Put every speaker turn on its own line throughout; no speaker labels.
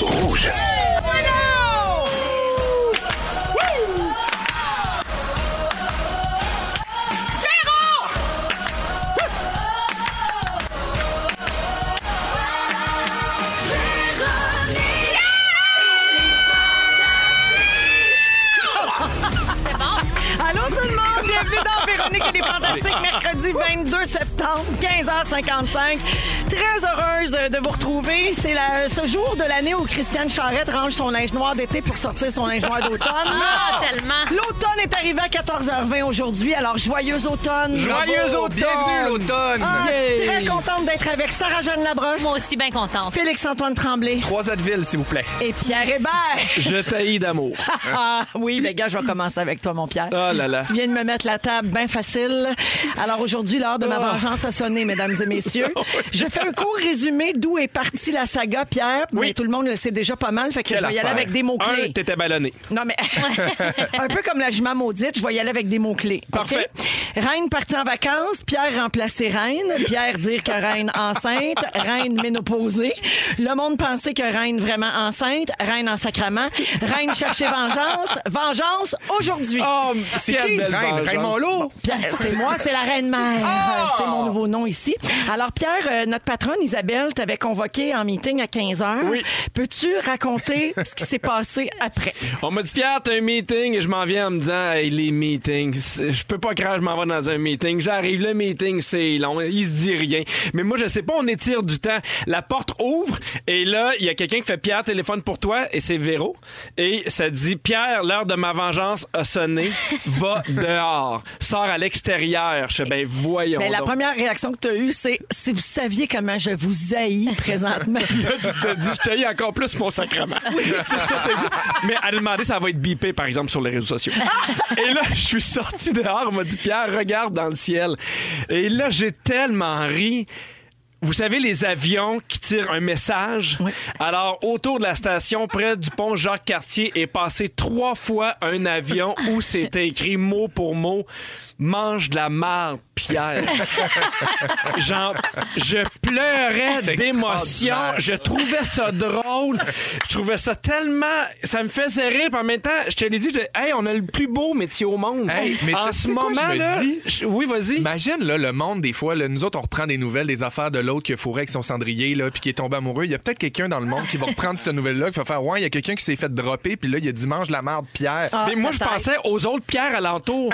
Rouge.
Allô tout le monde, bienvenue dans Véronique et les Fantastiques, mercredi 22 septembre, 15h55. Très heureuse de vous retrouver. C'est la- ce jour de l'année où Christiane Charrette range son linge noir d'été pour sortir son linge noir d'automne.
Ah, tellement!
L'automne est arrivé à 14h20 aujourd'hui, alors joyeux automne.
Joyeux
Bravo.
automne! Bienvenue l'automne!
Ah, très contente d'être avec Sarah-Jeanne Labrosse,
Moi aussi, bien contente.
Félix-Antoine Tremblay
Trois autres villes, s'il vous plaît.
et Pierre Hébert.
Je taillis d'amour.
Ah, oui, les gars, je vais commencer avec toi, mon Pierre.
Oh là là.
Tu viens de me mettre la table bien facile. Alors aujourd'hui, l'heure de ma
Ah.
vengeance a sonné, mesdames et messieurs. Je fais un court résumé d'où est partie la saga, Pierre.
Oui.
Mais tout le monde le sait déjà pas mal, fait que
Quelle
je vais y aller
affaire.
avec des
Un,
mots-clés.
t'étais ballonné.
Non, mais un peu comme la jument maudite, je vais y aller avec des mots-clés. OK?
Parfait.
Reine partie en vacances, Pierre remplacer Reine, Pierre dire que Reine enceinte, Reine ménopausée, le monde pensait que Reine vraiment enceinte, Reine en sacrament, Reine chercher vengeance, vengeance aujourd'hui.
Oh, c'est
Qui?
quelle belle
Reine,
vengeance.
Reine Monlot?
Pierre, C'est moi, c'est la reine mère. C'est mon nouveau nom ici. Alors, Pierre, euh, notre patronne Isabelle t'avait convoqué en meeting à 15 h.
Oui.
Peux-tu raconter ce qui s'est passé après?
On m'a dit, Pierre, t'as un meeting. Et je m'en viens en me disant, hey, les meetings, c'est- je peux pas craindre, je m'en vais dans un meeting. J'arrive, le meeting, c'est long. Il se dit rien. Mais moi, je sais pas, on étire du temps. La porte ouvre et là, il y a quelqu'un qui fait, Pierre, téléphone pour toi. Et c'est Véro. Et ça dit, Pierre, l'heure de ma vengeance a sonné. Va dehors. Sors à l'extérieur. Je fais, ben voyons.
Ben, la
donc.
première réaction que tu as eue, c'est si vous saviez comment je vous haïs présentement.
tu te dis, je te hais encore plus mon sacrement. C'est ça, t'as dit. Mais à demander, ça va être bipé, par exemple, sur les réseaux sociaux. Et là, je suis sorti dehors, on m'a dit, Pierre, regarde dans le ciel. Et là, j'ai tellement ri. Vous savez, les avions qui tirent un message.
Oui.
Alors, autour de la station, près du pont Jacques-Cartier, est passé trois fois un avion où c'était écrit mot pour mot Mange de la marde, Pierre. Genre, je pleurais
C'est
d'émotion.
extraordinaire.
Je trouvais ça drôle. Je trouvais ça tellement. Ça me faisait rire. Puis en même temps, je te l'ai dit, je- hey, on a le plus beau métier au monde.
Hey, mais
en
tu sais
ce
quoi,
moment,
je me
là.
dis?
je- Oui, vas-y.
Imagine, là, le monde, des fois, là, nous autres, on reprend des nouvelles des affaires de l'autre qui a fourré avec son cendrier, là, puis qui est tombé amoureux. Il y a peut-être quelqu'un dans le monde qui va reprendre cette nouvelle-là, qui va faire Ouais, il y a quelqu'un qui s'est fait dropper, puis là, il y a Dimanche la merde, Pierre. Ah.
Ah,
Mais moi, je pensais aux autres pierres alentour.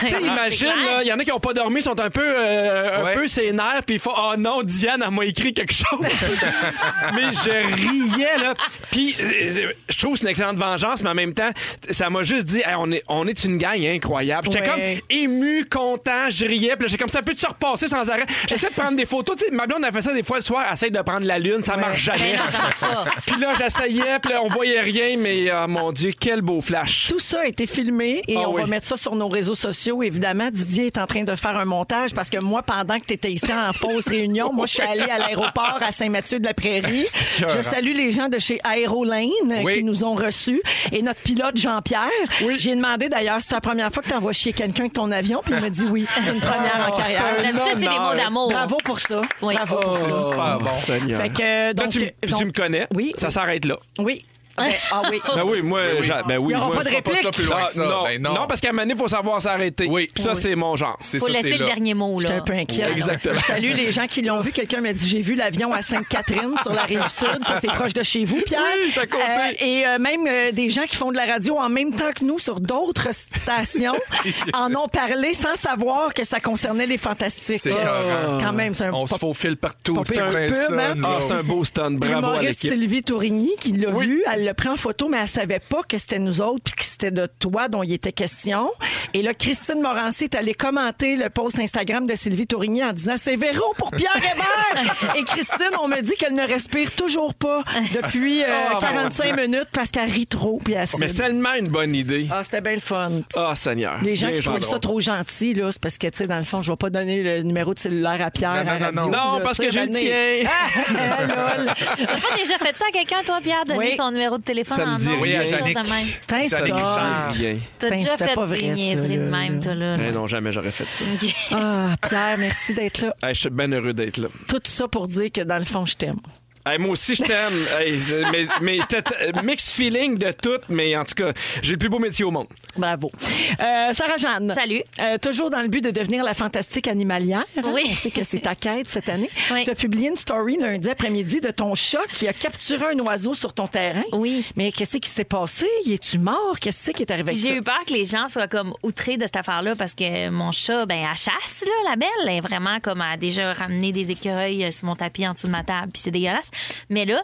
tu sais, imagine,
clair.
là, il y en a qui n'ont pas dormi, sont un peu, euh, un
Ouais.
peu sénères, puis ils font Ah non, Diane, elle m'a écrit quelque chose. mais je riais, là. Puis euh, je trouve que c'est une excellente vengeance, mais en même temps, ça m'a juste dit Hey, on, est, on est une gang incroyable. J'étais
Ouais.
comme ému, content, je riais, puis là, j'étais comme ça peut se repasser sans arrêt. J'essaie de prendre des photos. Tu sais, ma blonde a fait ça des fois le soir, essaie de prendre la lune, ça marche jamais.
Mais Ben non, ça marche pas.
puis là, j'essayais, puis là, on voyait rien, mais ah, mon Dieu, quel beau flash.
Tout ça a été filmé et
Ah
on va
oui.
mettre ça sur nos réseaux sociaux. Évidemment, Didier est en train de faire un montage parce que moi, pendant que tu étais ici en fausse réunion, moi, je suis allée à l'aéroport à Saint-Mathieu-de-la-Prairie. Je
écœurant.
salue les gens de chez Aerolane euh,
Oui.
qui nous ont reçus et notre pilote Jean-Pierre.
Oui.
J'ai demandé d'ailleurs, c'est la première fois que tu envoies chier quelqu'un avec ton avion, puis il m'a dit oui. C'est une première en carrière.
Ah, un
D'habitude, c'est des mots
honneur.
d'amour.
Bravo pour ça.
Oui.
Bravo pour ça.
Super bon.
Fait que,
Là,
donc,
tu, m- puis
donc-
tu me connais.
Oui.
Ça s'arrête là.
Oui. Ben, ah oui.
Ben oui, moi, j'a- ben oui.
Il y aura
moi,
pas de
je ferai
réplique.
ça plus loin que ça.
Non,
Ben non.
non. parce qu'à un moment donné, il faut savoir s'arrêter.
Oui.
Puis ça,
Oui.
c'est mon genre.
C'est
Faut
ça, c'est
laisser le
là.
dernier mot,
J'étais
là.
un peu inquiète.
Exactement.
Salut les gens qui l'ont vu. Quelqu'un m'a dit j'ai vu l'avion à Sainte-Catherine sur la rive sud. Ça c'est proche de chez vous, Pierre.
Oui, t'as compté.
et euh, même euh, des gens qui font de la radio en même temps que nous sur d'autres stations en ont parlé sans savoir que ça concernait les fantastiques. Euh,
C'est écœurant.
Quand même, c'est un
On se faufile partout.
Pas
C'est
pire
vrai,
pub,
ça,
hein?
nous
Ah,
autres.
c'est un beau stunt. Bravo à
L'humoriste
l'équipe.
Sylvie Tourigny qui l'a
Oui.
vu, elle le prend en photo, mais elle savait pas que c'était nous autres puis que c'était de toi dont il était question. Et là, Christine Morancy est allée commenter le post Instagram de Sylvie Tourigny en disant c'est Véro pour Pierre Hébert. Et Christine, on me dit qu'elle ne respire toujours pas depuis euh,
Oh, mon Oh,
45 minutes parce qu'elle rit trop puis elle
Mais
cible.
c'est tellement une bonne idée.
Ah, c'était bien le fun.
Ah, Seigneur.
Les gens qui
Bien
trouvent ça
drôle.
trop gentil, là, c'est parce que, tu sais, dans le fond, je vais pas donner le numéro de cellulaire à Pierre.
Non,
à
non, non,
radio,
non. Non,
là,
parce
tu sais,
que je le
ben,
tiens.
Ah, lol.
T'as pas déjà fait ça à quelqu'un, toi, Pierre, donner
Oui.
son numéro numéro de téléphone
Ça me
en
dit
nom,
rien.
quelque chose
Oui, à
de même.
Yannick.
Putain,
Ça
ça.
décrit ça.
Bien.
T'as
Putain,
déjà
c'était
fait
pas
des
vrai,
niaiseries
ça,
de
là.
même, toi, là.
Eh non, jamais j'aurais fait ça.
Ah, Pierre, merci d'être là.
Eh, je suis bien heureux d'être là.
Tout ça pour dire que dans le fond, je t'aime.
Hey, moi aussi, je t'aime. Hey, mais mais c'était euh, mixed feeling de tout, mais en tout cas, j'ai le plus beau métier au monde.
Bravo. Euh, Sarah-Jeanne.
Salut.
Euh, toujours dans le but de devenir la fantastique animalière. hein.
Oui.
On sait que c'est ta quête cette année.
Oui.
Tu as publié une story lundi après-midi de ton chat qui a capturé un oiseau sur ton terrain.
Oui.
Mais qu'est-ce qui s'est passé? Es-tu mort? Qu'est-ce qui est arrivé avec ça?
J'ai eu peur que les gens soient comme outrés de cette affaire-là parce que mon chat, ben, elle chasse, là, la belle. Elle est vraiment comme, elle a déjà ramené des écureuils euh, sur mon tapis en dessous de ma table, puis c'est dégueulasse. Mais là,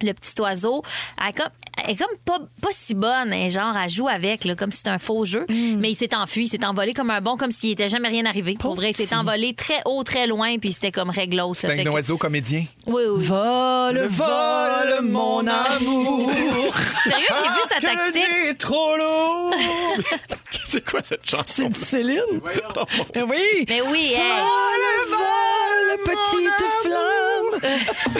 le petit oiseau, elle est comme, elle est comme pas, pas si bonne. Elle, est genre, elle joue avec, là, comme si c'était un faux jeu. Mais il s'est enfui, il s'est envolé comme un bon, comme s'il était jamais rien arrivé. Pour vrai, il s'est envolé très haut, très loin, puis c'était comme réglo. ça fait
C'était un
que-
oiseau comédien.
Oui, oui, oui.
Vole, vole, mon amour.
Sérieux, j'ai vu sa
Ah,
tactique.
trop lourd!
C'est quoi cette chanson?
C'est du Céline? Eh Oui.
Mais oui, hey.
Vole, vole, petite flamme.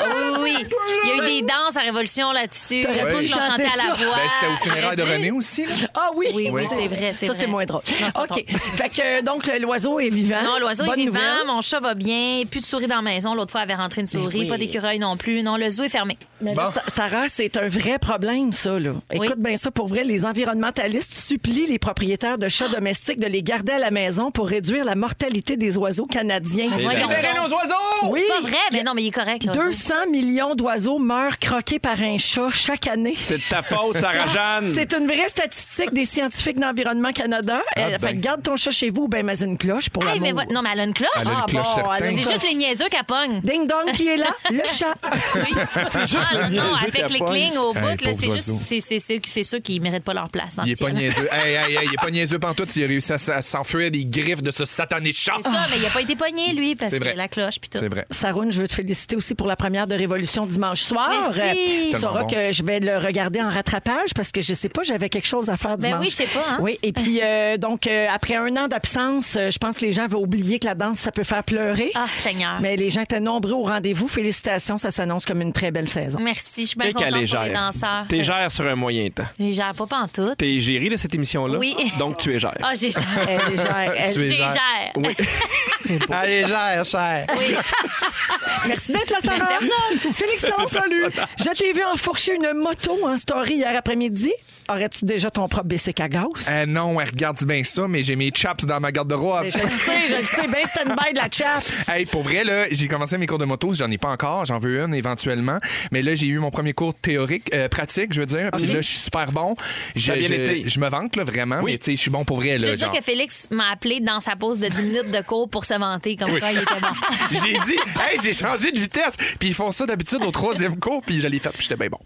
Oh Oui, oui. Il y a eu des danses à Révolution là-dessus.
T'aurais
Tout
pu
l'ont chanté
chanter
à la
ça.
voix.
Ben, c'était au funérail de
Aurais-tu?
René aussi. là.
Ah oui.
Oui, oui,
Oui.
c'est vrai. c'est
Ça,
vrai.
c'est moins drôle.
Non, c'est pas
OK. Fait que, euh, donc, le- l'oiseau est vivant.
Non, l'oiseau est
Bonne
vivant,
nouvelle.
mon chat va bien, plus de souris dans la maison. L'autre fois, elle avait rentré une souris,
oui.
pas d'écureuil non plus. Non, le zoo est fermé.
Mais là,
Bon.
Sa- Sarah, c'est un vrai problème, ça. Là. Écoute bien ça, pour vrai, les environnementalistes supplient les propriétaires de
Ah!
chats domestiques de les garder à la maison pour réduire la mortalité des oiseaux canadiens.
Et
Voyons
Libérez
donc.
nos oiseaux!
Oui,
C'est Ah, Pas vrai, mais non, mais il est correct. l'oiseau.
200 millions d'oiseaux meurent croqués par un chat chaque année.
C'est de ta faute, Sarah-Jeanne.
C'est une vraie statistique des scientifiques d'Environnement Canada. Euh, fait que garde ton chat chez vous ou bien mets une cloche pour
Hey, mais
l'amour.
vo- Non, mais elle a une cloche.
Elle a une
Ah,
cloche
bon,
certaine.
allez-y.
C'est juste les niaiseux qu'elle pogne.
Ding dong qui est là, le chat.
C'est
juste le
Non,
niaiseux
avec
qui
les
pogne.
clignes au bout,
Hey,
là,
pauvre
c'est juste
oiseau.
c'est- c'est- c'est- c'est ceux qui méritent pas leur place. dans
Il
le
est pas
ciel.
niaiseux. Hey, hey, hey, il est pas niaiseux pantoute s'il a réussi à s- à s'enfuir des griffes de ce satané chat.
C'est ça, mais il a pas été pogné, lui, parce
C'est
que
vrai.
la cloche, puis tout.
C'est vrai.
Saroune, je veux te féliciter aussi pour la première de Révolution dimanche soir.
Merci.
Euh, Tu sauras
Tellement bon.
que je vais le regarder en rattrapage parce que je sais pas, j'avais quelque chose à faire
Ben
dimanche.
oui, je sais pas, hein.
Oui, et puis euh, donc euh, après un an d'absence, euh, je pense que les gens avaient oublié que la danse ça peut faire pleurer.
Ah, Seigneur.
Mais les gens étaient nombreux au rendez-vous. Félicitations, ça s'annonce comme une très belle saison.
Merci, je suis bien
Et qu'elle est
contente pour les
gère.
danseurs.
T'es gère sur un moyen temps.
Je les gère pas pantoute.
T'es géré de cette émission-là.
Oui.
Donc, tu es gère.
Ah, j'ai gère.
Elle est gère, elle-
Tu es
J'ai
gère.
gère.
Oui.
Allez, gère, cher.
Merci d'être là, Sarah.
Merci
Félixon, salut. Je t'ai vu enfourcher une moto en story hier après-midi. Aurais-tu déjà ton propre bicycle à gaz?
Euh, non, elle regarde bien ça, mais j'ai mes chaps dans ma garde-robe.
Je le sais, je le sais. Ben stand-by de la chasse.
Hey, pour vrai, là, j'ai commencé mes cours de moto, j'en ai pas encore, j'en veux une éventuellement. Mais là, j'ai eu mon premier cours théorique, euh, pratique, je veux dire. Puis là, je suis super bon. Je,
a bien
je-
été.
je me vante, là, vraiment.
Oui.
Mais tu sais, je suis bon pour vrai,
Je
là.
veux dire
genre.
que Félix m'a appelé dans sa pause de 10 minutes de cours pour se vanter comme quoi il était bon.
J'ai dit, hey, j'ai changé de vitesse. Puis ils font ça d'habitude au troisième cours, puis je l'ai fait, puis j'étais bien bon.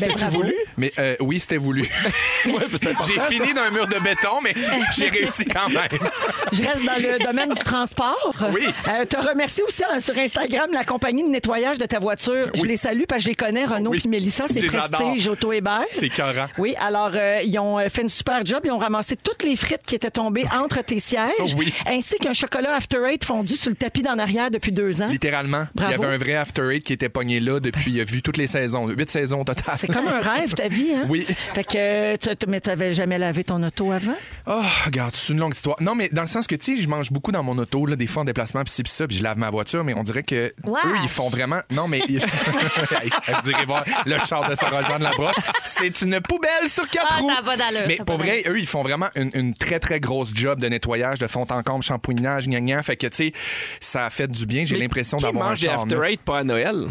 Ben,
Ah
bravo.
Mais euh, oui, c'était voulu.
Ouais, parce que t'as-
J'ai fini d'un mur de béton, mais j'ai réussi quand même.
Je reste dans le domaine du transport.
Oui.
Euh, te remercie aussi hein, sur Instagram la compagnie de nettoyage de ta voiture. Je les salue parce que je les connais, Renaud
Oui.
puis Mélissa.
Je
C'est
les
Prestige,
adore.
Auto Hébert.
C'est écœurant.
Oui, alors euh, ils ont euh, fait une super job. Ils ont ramassé toutes les frites qui étaient tombées entre tes sièges.
Oui.
Ainsi qu'un chocolat After Eight fondu sur le tapis d'en arrière depuis deux ans.
Littéralement.
Bravo.
Il y avait un vrai After Eight qui était pogné là depuis, il a vu toutes les saisons, huit saisons au total.
C'est comme un rêve, ta vie, hein?
Oui.
Fait que, tu- tu- mais t'avais jamais lavé ton auto avant?
Oh, regarde, c'est une longue histoire. Non, mais dans le sens que, tu sais, je mange beaucoup dans mon auto, là, des fois en déplacement, pis ci, pis ça, puis je lave ma voiture, mais on dirait que
Wesh.
eux, ils font vraiment. Non, mais. ils- Vous irez voir le char de Sarah-Jeanne Labrosse. C'est une poubelle sur quatre
Ah,
roues.
ça a pas d'allure,
Mais
ça a
pour
pas
vrai, eux, ils font vraiment une, une très, très grosse job de nettoyage, de fond en comble, shampouinage, gna gna. Fait que, tu sais, ça a fait du bien. J'ai
Mais
l'impression
qui
d'avoir un
mange des
char.
After
neuf.
Eight pas à Noël?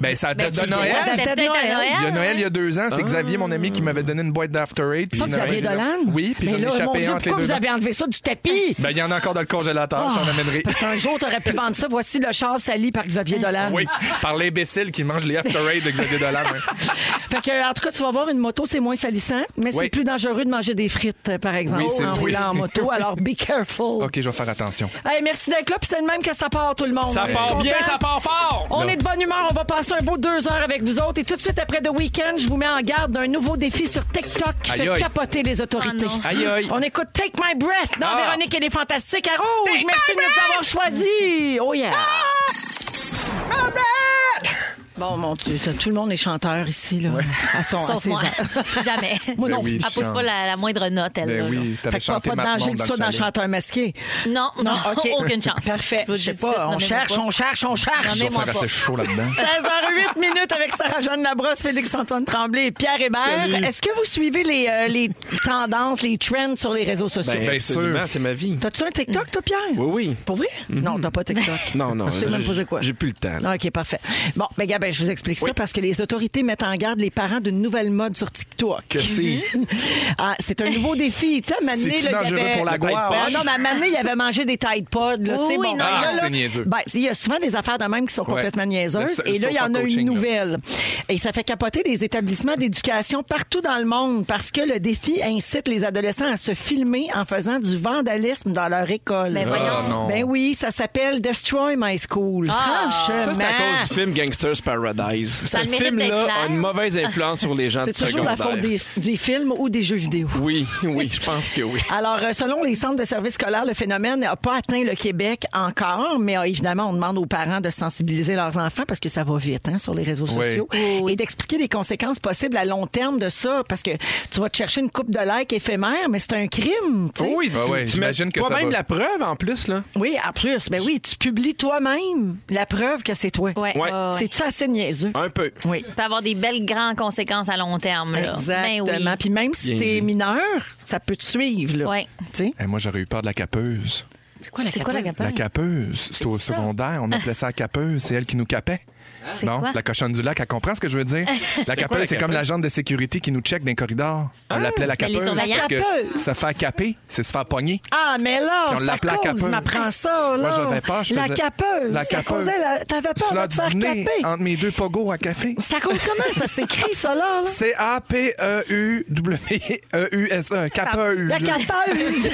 Ben, ça date de
tu-
Noël.
C'était
C'était
peut-être à
Noël.
Noël.
Il y a Noël il y a deux ans, c'est Xavier, mon ami, qui
Ah.
m'avait donné une boîte d'After Eight. puis
Pas
finalement,
Xavier
j'ai-
Dolan?
Oui, puis
Mais
j'en ai
là, mon
échappé
Dieu,
entre les
pourquoi
deux
vous
ans.
avez enlevé ça du tapis?
Ben, il y en a encore dans le congélateur,
Ah.
j'en amènerai.
Parce qu'un jour, t'aurais pu vendre ça. Voici le char sali par Xavier Dolan.
Oui, par l'imbécile qui mange les After Eight de Xavier Dolan. hein.
Fait que, en tout cas, tu vas voir, une moto, c'est moins salissant, mais c'est
Oui.
plus dangereux de manger des frites, euh, par exemple,
Oui, c'est-
en
oui.
roulant en moto. Alors, be careful.
OK, je vais faire attention.
Hey, merci d'être là, puis c'est le même que ça part, tout le monde.
Ça
Je suis
part bien,
contente.
ça part fort!
On est de bonne humeur, on va passer un beau deux heures avec vous autres. Et tout de suite après The Weekend, je vous mets en garde d'un nouveau défi sur TikTok qui
Aïe,
fait
aïe.
capoter les autorités.
Oh non.
Aïe, aïe.
On écoute Take My Breath dans
Ah.
Véronique et les Fantastiques à Rouge. Merci de nous avoir choisis. Oh yeah. Bon, mon Dieu, t'as- tout le monde est chanteur ici, là. À son, à
Sauf
ses
moi.
airs.
Jamais.
Moi
Ben
non
oui,
Elle
je
pose
chante.
pas la, la moindre note, elle. là,
Ben oui,
Fait
t'avais
que pas,
chanté
pas de
Matt
danger
Monde
que ça dans
le chalet.
chanteur masqué.
là. Non, non,
OK.
aucune chance.
Parfait.
Je vous
Je sais
dis tout de suite,
pas, on
nommez-moi
cherche,
pas.
on cherche, on cherche.
Il va
Nommez-moi
faire
pas.
assez chaud là-dedans.
16h08 minutes avec Sarah-Jeanne Labrosse, Félix-Antoine Tremblay et Pierre Hébert.
Salut.
Est-ce que vous suivez les, euh, les tendances, les trends sur les réseaux sociaux?
Ben,
Bien
absolument,
sûr.
c'est ma vie.
T'as-tu un TikTok, toi, Pierre?
Oui, oui.
Pour vrai? Non, t'as pas TikTok.
Non, non.
Je sais même pas c'est quoi.
J'ai plus le temps. là.
Non, OK, parfait. Bon, ben, Gabin, je vous explique ça parce que les autorités mettent en garde les parents d'une nouvelle mode sur TikTok.
Que c'est?
Ah, c'est un nouveau défi. Tu sais, à un moment donné,
C'est-tu
là, il y
dangereux
avait-
pour la gouache?
Ben, non, mais à un moment donné, il avait mangé des Tide Pods.
Oui,
Là, tu sais,
oui,
bon,
non,
ben,
Ah,
là,
c'est niaiseux.
Ben, tu sais, il y a souvent des affaires de même qui sont complètement niaiseuses.
Le- le
Et là, il y en a une
sofa-coaching, là.
nouvelle. Et ça fait capoter les établissements d'éducation partout dans le monde parce que le défi incite les adolescents à se filmer en faisant du vandalisme dans leur école.
Ben, voyons.
Ah, non.
Ben oui, ça s'appelle Destroy My School.
Ah.
Franchement.
Ça, c'est à cause du film Gangster's Paradise.
Ça a
Ce
le mérite d'être
film-là
clair.
a une mauvaise influence sur les gens
C'est
de
toujours
secondaire.
la faute des, des films ou des jeux vidéo.
Oui, oui, je pense que oui.
Alors, euh, selon les centres de services scolaires, le phénomène n'a pas atteint le Québec encore, mais euh, évidemment, on demande aux parents de sensibiliser leurs enfants parce que ça va vite hein, sur les réseaux
Oui.
sociaux
Oui, oui.
et d'expliquer les conséquences possibles à long terme de ça parce que tu vas te chercher une coupe de likes éphémère, mais c'est un crime. tu sais.
Oui,
Ah ouais,
tu,
j'imagine
imagines
que ça
toi-même
va.
la preuve en plus, là.
Oui, en plus, ben oui, tu publies toi-même la preuve que c'est toi.
Ouais,
Ouais.
ouais, ouais.
C'est-tu assez niaiseux?
Un peu.
Oui.
Ça peut avoir des belles grandes conséquences à long terme. Là.
Exactement.
Ben oui.
Puis même si
Bien
t'es
dit.
mineur, ça peut te suivre. Là.
Ouais.
Tu sais?
Eh, moi, j'aurais eu peur de la capeuse.
C'est quoi la
C'est quoi la
capote?
capote?
La capeuse, c'est au secondaire. On appelait ça la capeuse. C'est elle qui nous capait. Non,
quoi?
la cochonne du lac, elle comprend ce que je veux dire. La
quoi,
capeuse,
la
c'est comme
capeuse?
l'agent de sécurité qui nous check dans les corridors.
Ah,
On l'appelait la
Mais les
capeuse
surveillants?
parce que
Capeuse.
se faire caper, c'est se faire pogner.
Ah, mais là,
Puis on
c'est à
l'appelait la
cause,
capeuse.
m'apprends ça, là.
Moi, j'avais peur. je
la
faisais-
capeuse.
La capeuse.
Ça causait la- T'avais
Tu l'as
peur de te faire
deviné,
caper.
entre mes deux pogos à café.
Ça cause comment? Ça s'écrit, ça, là? là?
E
C-A-P-E-U-W-E-U-S-E. Capeuse.
La capeuse!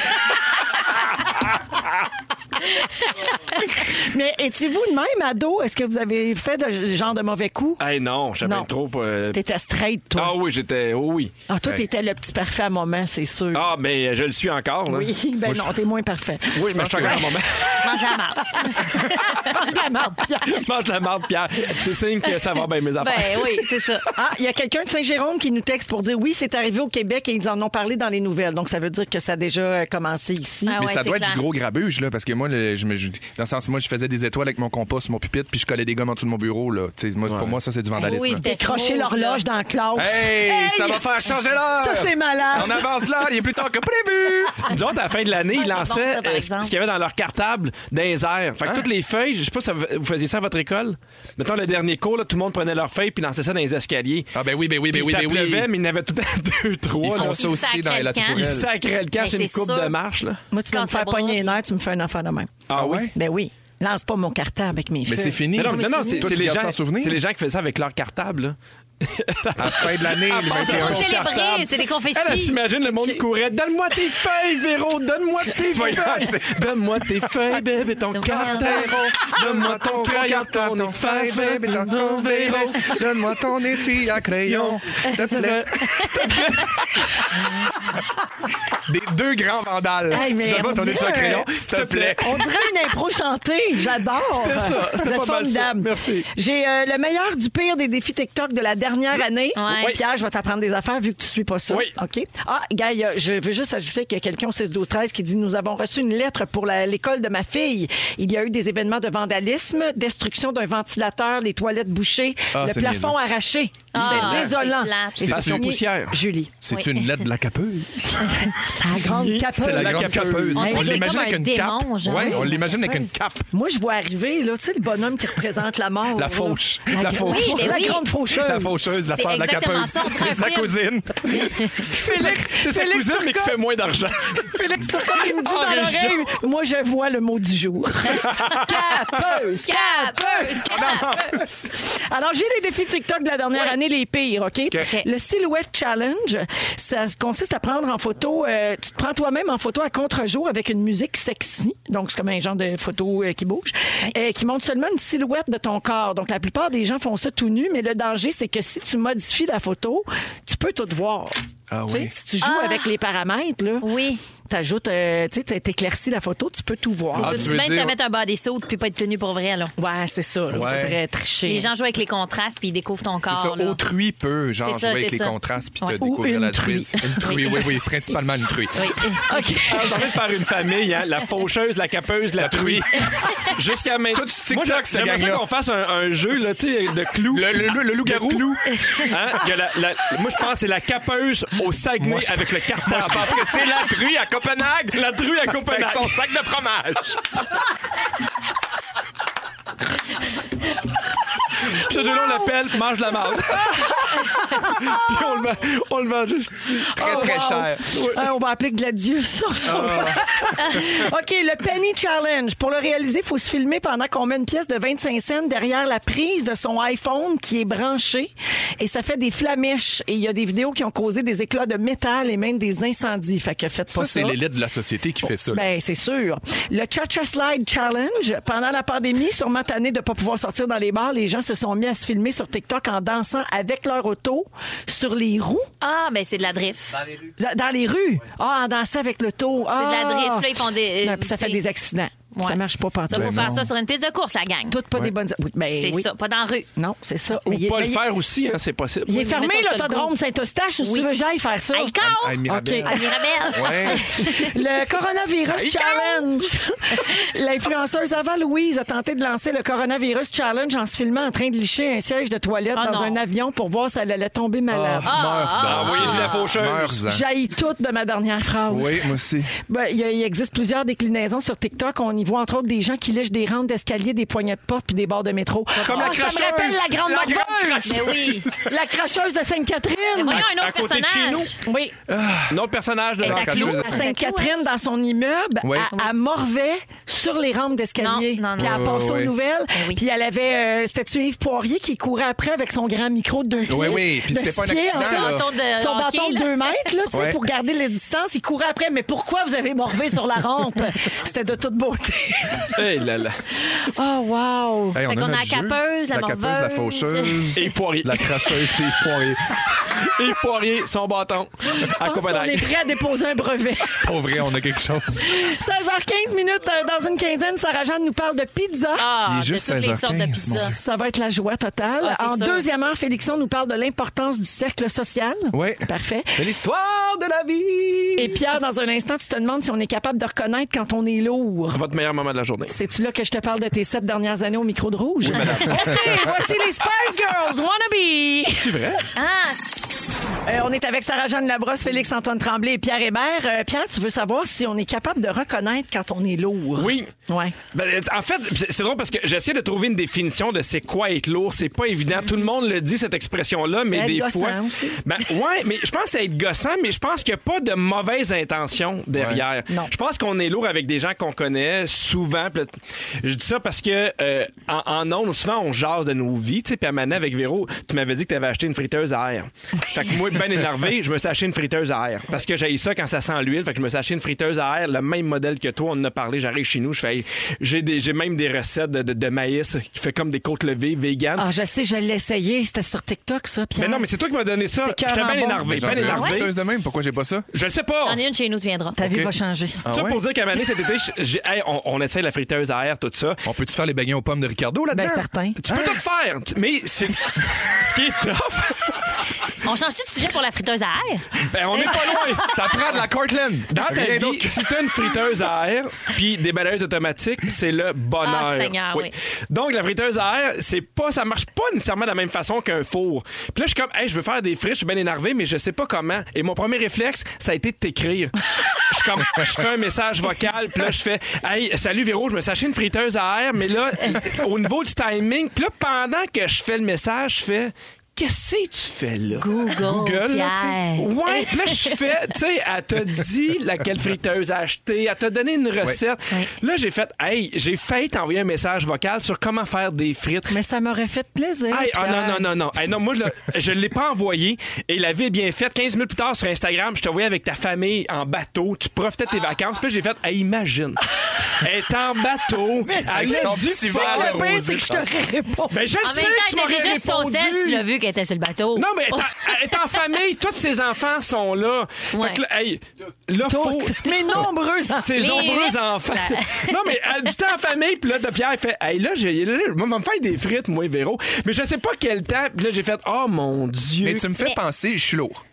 mais étiez-vous de même, ado? Est-ce que vous avez fait de ce genre de mauvais coups?
Eh non, j'avais
Non.
trop. euh,
T'étais straight, toi.
Ah oui, j'étais. Oh oui.
Ah, toi,
Ouais.
t'étais le petit parfait à moment, c'est sûr.
Ah, mais euh, je le suis encore, là.
Oui, ben non, t'es moins parfait.
Oui, mais je suis encore un moment.
Mange la marde.
Vraiment, Pierre.
Mange la marde, Pierre. C'est signe que ça va bien mes affaires.
ben oui, c'est ça.
Ah, il y a quelqu'un de Saint-Jérôme qui nous texte pour dire oui, c'est arrivé au Québec et ils en ont parlé dans les nouvelles. Donc, ça veut dire que ça a déjà euh, commencé ici.
Ah
Mais
ouais,
ça
c'est
doit
clair.
être du gros grabuge, là, parce que moi, le- je me, je- dans le sens, moi, je faisais des étoiles avec mon compas sur mon pupitre, puis je collais des gommes en dessous de mon bureau, là. Tu sais, Moi, Pour moi, ça, c'est du vandalisme.
Oui, c'était
Décrocher
smooth,
l'horloge dans la classe.
hey, ça va faire changer l'heure!
Ça, c'est malade.
On avance l'heure, il est plus tard que prévu!
Nous autres, à la fin de l'année,
Ah,
ils
c'est bon,
lançaient
ça, par
euh,
exemple.
ce qu'il y avait dans leur cartable dans les airs.
Hein?
Fait que toutes les feuilles, je sais pas si vous faisiez ça à votre école. Mettons, le dernier cours, là, tout le monde prenait leurs feuilles puis lançait ça dans les escaliers.
Ah, ben oui, ben oui, ben
Puis
oui,
ça
ben oui.
pleuvait, mais il y en avait tout le temps deux,
Ils
trois. là.
font ça
Ils
aussi dans
sacraient
la
le camp.
Ils
tourelle.
sacraient le cash
Mais
une
Ben, c'est
coupe
sûr.
de marche. Là.
Moi, tu vas me
Casses la
faire
brosse.
pogner les nerfs, tu me fais un enfant de même.
Ah ouais?
Ben oui. Lance pas mon cartable avec mes
Mais
feux.
c'est fini.
Mais non, non, non, c'est
Toi,
c'est
tu
les,
gardes
gens-
sans souvenir?
c'est les gens qui faisaient ça avec leur cartable. là.
À la fin de l'année, le
bon, c'est
21
un
juin.
célébrer, c'est des confettis.
Elle, elle s'imagine, le monde courait. Donne-moi tes feuilles, Véro, donne-moi tes
Voyons,
feuilles. Donne-moi tes feuilles, bébé, ton
Ton
cartable. Donne-moi ton crayon, ton efface, bébé, ton
ton
Véro.
verre. Donne-moi ton étui à crayon, s'il te plaît. Des deux grands vandales.
Hey, mais
Donne-moi
on
ton
dirait-
étui à crayon, s'il te plaît.
On dirait une impro chantée. J'adore.
C'était ça. C'était
Vous êtes
pas mal ça.
formidable.
Merci.
J'ai euh, le meilleur du pire des défis TikTok de la dernière année.
Ouais.
Oui. Pierre, je vais t'apprendre des affaires vu que tu suis pas ça.
Oui.
OK. Ah, gars, il y a- je veux juste ajouter qu'il y a quelqu'un au 6 12 13 qui dit nous avons reçu une lettre pour la- l'école de ma fille. Il y a eu des événements de vandalisme, destruction d'un ventilateur, les toilettes bouchées,
Ah,
le
c'est
plafond arraché.
Ah,
c'est
c'est
désolant.
plate.
Et
C'est
signé
en poussière.
Julie.
C'est
Oui.
une lettre de la capeuse.
Sa grande
Signé,
capeuse.
C'est la,
La
grande
capeuse.
capeuse.
On dirait
On
que c'est
l'imagine
comme
avec
un
une
démon,
cape.
genre.
Ouais, on l'imagine avec une cape.
Moi, je vois arriver, là, tu sais, le bonhomme qui représente la mort.
La
là.
fauche. La
grande-
fauche.
Oui, mais
la
oui.
grande faucheuse.
La faucheuse, la
C'est
sœur de la
exactement
capeuse.
ça, on dirait
C'est
un
sa
film.
cousine.
C'est sa cousine, mais qui fait moins d'argent.
Félix Turcotte, il me dit
En
dans
région.
l'oreille, moi, je vois le mot du jour. capeuse, capeuse, capeuse. Alors, j'ai les défis TikTok de la dernière année, les pires, OK?
OK.
Le Silhouette Challenge, ça consiste à prendre en photo, euh, tu te prends toi-même en photo à contre-jour avec une musique sexy, donc c'est comme un genre de photo euh, qui bouge, euh, qui montre seulement une silhouette de ton corps. Donc, la plupart des gens font ça tout nu, mais le danger, c'est que si tu modifies la photo, tu peux tout voir.
Ah
Tu sais,
oui.
Si tu joues
Ah.
avec les paramètres, là,
Oui.
t'ajoutes, euh, tu sais, t'éclaircis la photo, tu peux tout voir.
Ah,
Tout
tu
de
veux
même
dire-
te mettre un bodysuit puis pas être tenu pour vrai, là.
Ouais, c'est ça. là.
Ah. Ouais.
C'est très triché.
Les gens jouent avec les contrastes puis ils découvrent ton
C'est
corps.
ça,
là.
autrui peut, genre,
C'est ça,
jouer avec
c'est
les
ça.
contrastes puis te
Ouais.
Ou
découvrir
une
la
truie.
Suisse. Une truie, oui, oui, principalement une truie.
Oui.
Ah, On est en train de faire une famille, hein? La faucheuse, la capeuse, la,
La truie.
truie. Jusqu'à maintenant.
Tout du TikTok,
Moi, j'a-
ce
j'aimerais ça
gang-là.
qu'on fasse un, un jeu, là, tu sais, de clous.
Le, le- le- le loup-garou.
De clous. Hein? Il y a la- la- moi, je pense que c'est la capeuse au Saguenay
Moi, je-
avec le
Moi,
cartable.
je pense que c'est la truie à Copenhague.
La truie à Copenhague.
Avec son sac de fromage.
Puis Ce jeu-là, on l'appelle Mange de la marde. Puis on le, vend, on le vend juste ici.
Très,
Oh,
très
wow.
cher.
Ah, on va appeler Gladius. ça.
Ah.
OK, le Penny Challenge. Pour le réaliser, il faut se filmer pendant qu'on met une pièce de 25 cents derrière la prise de son iPhone qui est branchée. Et ça fait des flamèches. Et il y a des vidéos qui ont causé des éclats de métal et même des incendies. Fait que faites pas ça.
Ça, c'est l'élite de la société qui fait ça. là.
Ben, c'est sûr. Le Cha-Cha Slide Challenge. Pendant la pandémie, sûrement tannés de ne pas pouvoir sortir dans les bars, les gens se sont mis à se filmer sur TikTok en dansant avec leur auto sur les roues
Ah, ben c'est de la drift.
dans- Dans les rues. Ah, en dansant avec le taux.
C'est de la
Ah.
drift, là, ils font des- euh,
Non, puis ça fait
tu sais.
des accidents.
Ouais.
Ça marche pas Ben
Ça,
pantoute.
Ben,
faut faire ça sur une piste de course, la gang.
Toutes pas des bonnes. Oui, ben,
C'est
oui.
ça, pas dans la rue.
Non, c'est ça. Mais
Ou
il est-
pas le
mais il-
faire aussi, hein, c'est possible.
Il est
Oui,
fermé,
mettons que t'as le
l'autodrome
goût.
Saint-Eustache. Si tu veux, j'aille faire ça.
Aïe,
À
con!
Mirabel.
OK.
À Mirabel.
Euh. Ouais.
Le coronavirus challenge. L'influenceuse Ava Louise a tenté de lancer le coronavirus challenge en se filmant en train de licher un siège de toilette
Ah,
dans
non.
un avion pour voir si elle allait tomber malade.
Ah, Envoyez-y la faucheuse.
Meurs-en.
J'haïs toute de ma dernière phrase.
Ah. Oui, moi aussi.
Ben, il, y a- il existe plusieurs déclinaisons sur TikTok. On y voit entre autres des gens qui lèchent des rampes d'escalier, des poignées de porte puis des barres de métro.
Comme
Ah,
la
ça
cracheuse.
me rappelle la grande
La grande
morveuse.
Mais oui.
La cracheuse de
Mais
Sainte-Catherine.
voyons un autre
à côté de
personnage.
chez nous.
Oui,
Un autre personnage de
Elle est à
l'enquête.
Clou.
cracheuse de
à Sainte-Catherine, dans son immeuble,
Oui.
à, à Morvais, sur les rampes d'escalier.
Non, non, non.
Puis elle
Oui,
a passé
oui, oui.
aux nouvelles.
Oui.
Puis elle avait, euh, c'était-tu Yves Poirier qui courait après avec son grand micro de deux pieds.
Oui, oui, puis
de
c'était pas un
ski,
accident,
fait.
là.
Bâton de
Son
hockey,
bâton de
là.
deux mètres, là, tu sais,
Ouais.
pour garder les distances. Il courait après. Mais pourquoi vous avez Morvais sur la rampe? C'était de toute beauté.
Hey là là.
Oh, wow!
Hey,
Fait qu'on a
notre
la
jeu.
capeuse, la
capeuse, la
morveuse.
faucheuse.
Yves Poirier.
La cracheuse, puis le poirier.
Yves Poirier, son bâton à
Je pense qu'on est
Copenhague.
prêt à déposer un brevet.
Pour vrai, on a quelque chose.
16h15 minutes, euh, dans une quinzaine, Sarah-Jeanne nous parle de pizza.
Ah,
Il est
de
juste
toutes les
16h15,
sortes de
mon
pizzas.
Dieu.
Ça va être la joie totale.
Ah, c'est
en
sûr.
deuxième heure, Félixon nous parle de l'importance du cercle social.
Ouais.
Parfait.
C'est l'histoire de la vie.
Et Pierre, dans un instant, tu te demandes si on est capable de reconnaître quand on est lourd.
Votre meilleur moment de la journée.
C'est-tu là que je te parle de tes sept dernières années au micro de rouge? OK, voici les Spice Girls, Wannabe!
C'est vrai?
Ah,
Euh, on est avec Sarah-Jeanne Labrosse, Félix-Antoine Tremblay et Pierre Hébert. Euh, Pierre, tu veux savoir si on est capable de reconnaître quand on est lourd?
Oui.
Ouais.
Ben, en fait, c'est c'est drôle parce que j'essaie de trouver une définition de c'est quoi être lourd. C'est pas évident. Tout le monde le dit, cette expression-là, mais
être
des
gossant
fois.
aussi.
Ben, ouais, mais je pense que c'est être gossant, mais je pense qu'il n'y a pas de mauvaise intention derrière.
Non.
Je pense qu'on est lourd avec des gens qu'on connaît souvent. Puis là, Je dis ça parce que euh, en, en ondes, souvent, on jase de nos vies. Tu sais, puis à Manet, avec Véro, tu m'avais dit que tu avais acheté une friteuse à air. Fait que moi, ben énervé, je me suis acheté une friteuse à air. Parce que j'ai ça quand ça sent l'huile. Fait que je me suis acheté une friteuse à air, le même modèle que toi. On en a parlé, j'arrive chez nous, je fais, hey, j'ai des- j'ai même des recettes de, de- de maïs qui fait comme des côtes levées, vegan.
Ah, je sais, je l'ai essayé. C'était sur TikTok, ça, Pierre.
Mais non, mais c'est toi qui m'as donné ça.
C'était
J'étais bien
carrément bon.
Ben,
énervé,
J'en
bien
veux une
énervé.
friteuse de même. Pourquoi j'ai pas ça?
Je le sais pas.
j'en ai une chez nous, tu viendras.
Ta vie va changer.
Ah
ça
ouais?
pour dire qu'à Mané cet été, j'ai- j'ai- hey, on, on essaye la friteuse à air, tout ça.
On peut-tu faire les baguettes aux pommes de Ricardo là-dedans?
Ben, certain.
Tu peux tout faire, tu- mais c'est ce qui est tough.
On change-tu de sujet pour la friteuse à air?
Ben, on est pas loin.
Ça prend de la Cortland.
Dans ta
Rien
vie,
d'autre que-
si t'as une friteuse à air puis des balayeuses automatiques, c'est le bonheur.
Ah, Seigneur, oui.
Donc la friteuse à air, c'est pas, ça marche pas nécessairement de la même façon qu'un four. Puis là, je suis comme, hey, je veux faire des frites, je suis bien énervé, mais je sais pas comment. Et mon premier réflexe, ça a été de t'écrire. Je suis comme, je fais un message vocal, puis là, je fais, hey, salut Véro, je me suis acheté une friteuse à air, mais là, au niveau du timing, puis là, pendant que je fais le message, je fais, qu'est-ce que tu fais là?
Google,
Google, là, tu sais.
Pierre.
Ouais, puis là, je fais, tu sais, elle t'a dit laquelle friteuse à acheter, elle t'a donné une recette. Là, j'ai fait, hey, j'ai failli t'envoyer un message vocal sur comment faire des frites.
Mais ça m'aurait fait plaisir.
Hey, ah
Pierre.
non, non, non, non. Hey, non moi, je l'ai- je l'ai pas envoyé et la vie est bien faite. 15 minutes plus tard sur Instagram, je te voyais avec ta famille en bateau. Tu profitais de tes vacances. Puis j'ai fait, hey, imagine.
Ah.
Elle est en bateau. Elle
Avec
a
son
du
petit
fun.
verre de
Le pire,
rosé,
c'est que je
ça.
te réponds.
Ben, je
En
sais
même temps,
que tu
elle était déjà
m'aurais
saucelle,
répondu.
tu l'as vu, que qu'elle était sur le bateau.
Non, mais elle est en- elle est en famille, tous ses enfants sont là.
Ouais.
Fait que là, hey, là, faut.
Mais nombreux
Ses
Les
nombreux
huit.
enfants. non, mais elle a du temps en famille, puis là, de Pierre, il fait Hey, là, j'ai- là, moi, on va me faire des frites, moi, Véro. Mais je sais pas quel temps. Puis là, j'ai fait Oh mon Dieu.
Mais tu me fais
Mais-
penser, je suis lourd.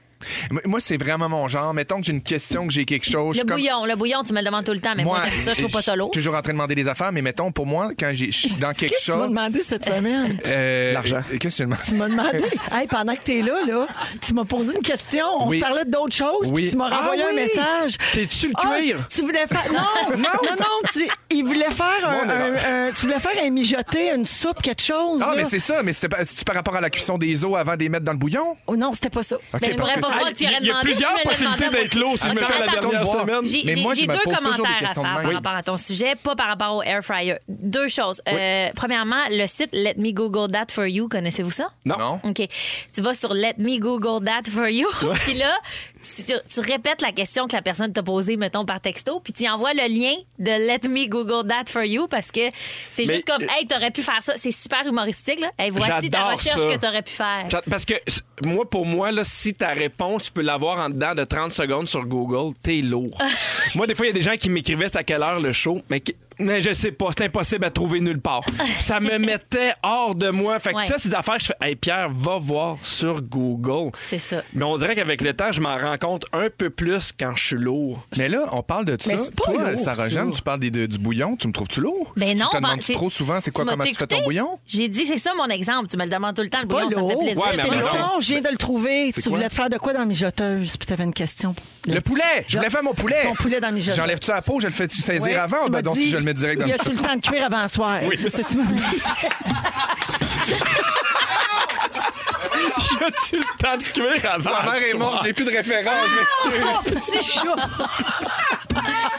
M- Moi, c'est vraiment mon genre. Mettons que j'ai une question, que j'ai quelque chose. je
Le
suis comme-
bouillon, le bouillon, tu me le demandes tout le temps, mais moi, j'aime ça, je trouve pas ça lourd.
Toujours en train de demander des affaires, mais mettons, pour moi, quand j'ai- je suis dans quelque
Qu'est-ce que tu m'as
chose.
demandé cette semaine?
euh,
L'argent.
Qu'est-ce que tu
Tu m'as demandé, hey, pendant que t'es là, là, tu m'as posé une question, on
Oui.
se parlait d'autres choses, puis
Oui.
tu m'as
Ah
renvoyé
oui!
un message.
T'es-tu le
Ah,
cuir?
tu voulais faire. Non, non, non, tu... il voulait faire un,
Mon erreur.
un- un- Tu voulais faire un mijoté, une soupe, quelque chose. là.
Ah, mais c'est ça, mais c'était pas- c'est-tu par rapport à la cuisson des os avant de les mettre dans le bouillon?
Oh non, c'était pas ça.
OK,
Mais je pourrais
parce que
pas
c'est-
croire que tu y aurais
Il y a
demandé.
plusieurs
tu me l'as
possibilités
demandé,
d'être
moi
lourd
aussi.
si je me
Attends,
fais la
attends,
dernière
attends.
semaine.
J'ai
Mais
j'ai-
moi, je
j'ai
me
deux
pose toujours des
commentaires à
questions
faire
de même.
par
Oui.
rapport à ton sujet, pas par rapport au air fryer. Deux choses. Euh, premièrement, le site Let Me Google That For You, connaissez-vous ça?
Non.
Non.
OK. Tu vas sur Let Me Google That For You. puis là, tu, tu- tu répètes la question que la personne t'a posée, mettons, par texto. Puis tu y envoies le lien de Let Me Google That For You parce que c'est
Mais-
juste comme,
euh
hey, t'aurais pu faire ça. C'est super humoristique. Là. Hey, voici ta
J'adore
recherche
ça.
que t'aurais pu faire.
Ça- Parce que s- moi, pour moi, là, si ta réponse, tu peux l'avoir en dedans de 30 secondes sur Google, t'es lourd. moi, des fois, il y a des gens qui m'écrivaient c'est à quelle heure le show, mais, qui- mais je sais pas, c'est impossible à trouver nulle part. Ça me mettait hors de moi. Fait que
Ouais.
ça, c'est des affaires que je fais. Hey, Pierre, va voir sur Google.
C'est ça.
Mais on dirait qu'avec le temps, je m'en rends compte un peu plus quand je suis lourd.
Mais là, on parle de ça.
Mais c'est pas
Toi,
lourd,
Sarah
ça.
Jeanne, tu parles des, de- du bouillon. Tu me trouves-tu lourd?
Ben non,
Tu te
ben,
demandes
c'est-
trop souvent, c'est quoi,
m'as-tu
comment tu fais ton
écouté?
bouillon?
J'ai dit, c'est ça mon exemple. Tu me le demandes tout le temps, le
C'est
bouillon,
pas
ça me fait
lourd.
plaisir.
Ouais, mais
C'est
en même
lourd.
temps-
Félixon, je viens de le trouver. Tu
C'est quoi?
voulais te faire de quoi dans mijoteuse? Puis t'avais une question.
Le poulet! Je voulais faire mon poulet!
Ton poulet dans mijoteuse.
J'enlève-tu la peau, je le fais-tu saisir
Ouais,
avant?
tu
Ben
m'as
donc,
dit,
si je le mets direct dans
Y
le
a-tu le temps de cuire avant soir? C'est ça que tu m'as dit.
Y a-tu le temps de cuire avant?
Ma mère est
le
morte,
soir?
j'ai plus de référence, je m'excuse.
Oh, petit chat!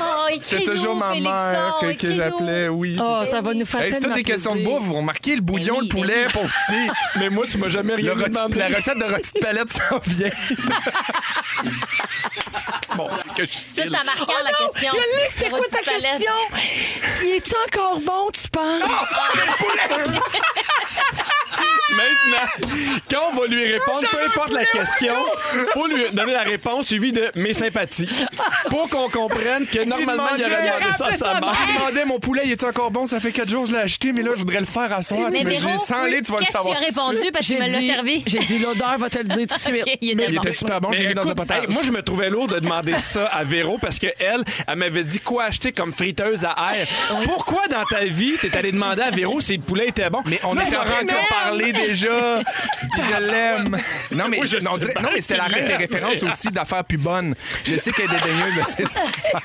Oh,
C'est
écris-nous,
toujours ma
Félixon,
mère que, que
écris-nous.
j'appelais, oui.
Oh, ça va nous faire
Hey, c'est toutes
tellement
des questions de
plaisir.
bouffe. Vous remarquez le bouillon,
Ben oui,
le poulet,
ben oui.
pauvre petit.
Mais moi, tu m'as jamais
Le
rien
rôti-
demandé.
la recette de rôti de palette s'en vient. bon, c'est que je suis
Ça, c'est en marquant la
Oh,
question.
Je l'ai, c'était quoi ta
Rotti-palette.
question? Il est encore bon, tu penses?
Ah!
Maintenant, quand on va lui répondre, peu importe la question, faut lui donner la réponse suivie de mes sympathies. Pour qu'on comprenne que normalement, il
demandait-
aurait regardé ça ben. à sa mère.
Je demandais mon poulet, il est encore bon? Ça fait quatre jours que je l'ai acheté, mais là, je voudrais le faire à soir.
Mais
Ah, Tu me
Véro,
dis, sans
oui,
lait, tu vas le
qu'est-ce
savoir.
que tu
tout
as
de
répondu?
suite.
Parce que tu me l'as
dit-
servi.
J'ai dit, l'odeur va te le dire tout de suite.
Ok, il était
Il
bon.
était super bon, je
Mais
l'ai mis dans un
écoute,
potage.
hey, moi, je me trouvais lourd de demander ça à Véro parce que elle, elle m'avait dit quoi acheter comme friteuse à air. Pourquoi dans ta vie, t'es allé demander à Véro si le poulet était bon?
Mais on
Là,
est
je
en train de
t'aime.
s'en parler déjà. Je l'aime. Non, mais,
Oui, je
non,
sais
dirait-
pas
non, mais
que
c'était
tu
la reine des
l'aimes.
références aussi d'affaires plus bonnes. Je sais qu'elle est dédaigneuse de ses affaires.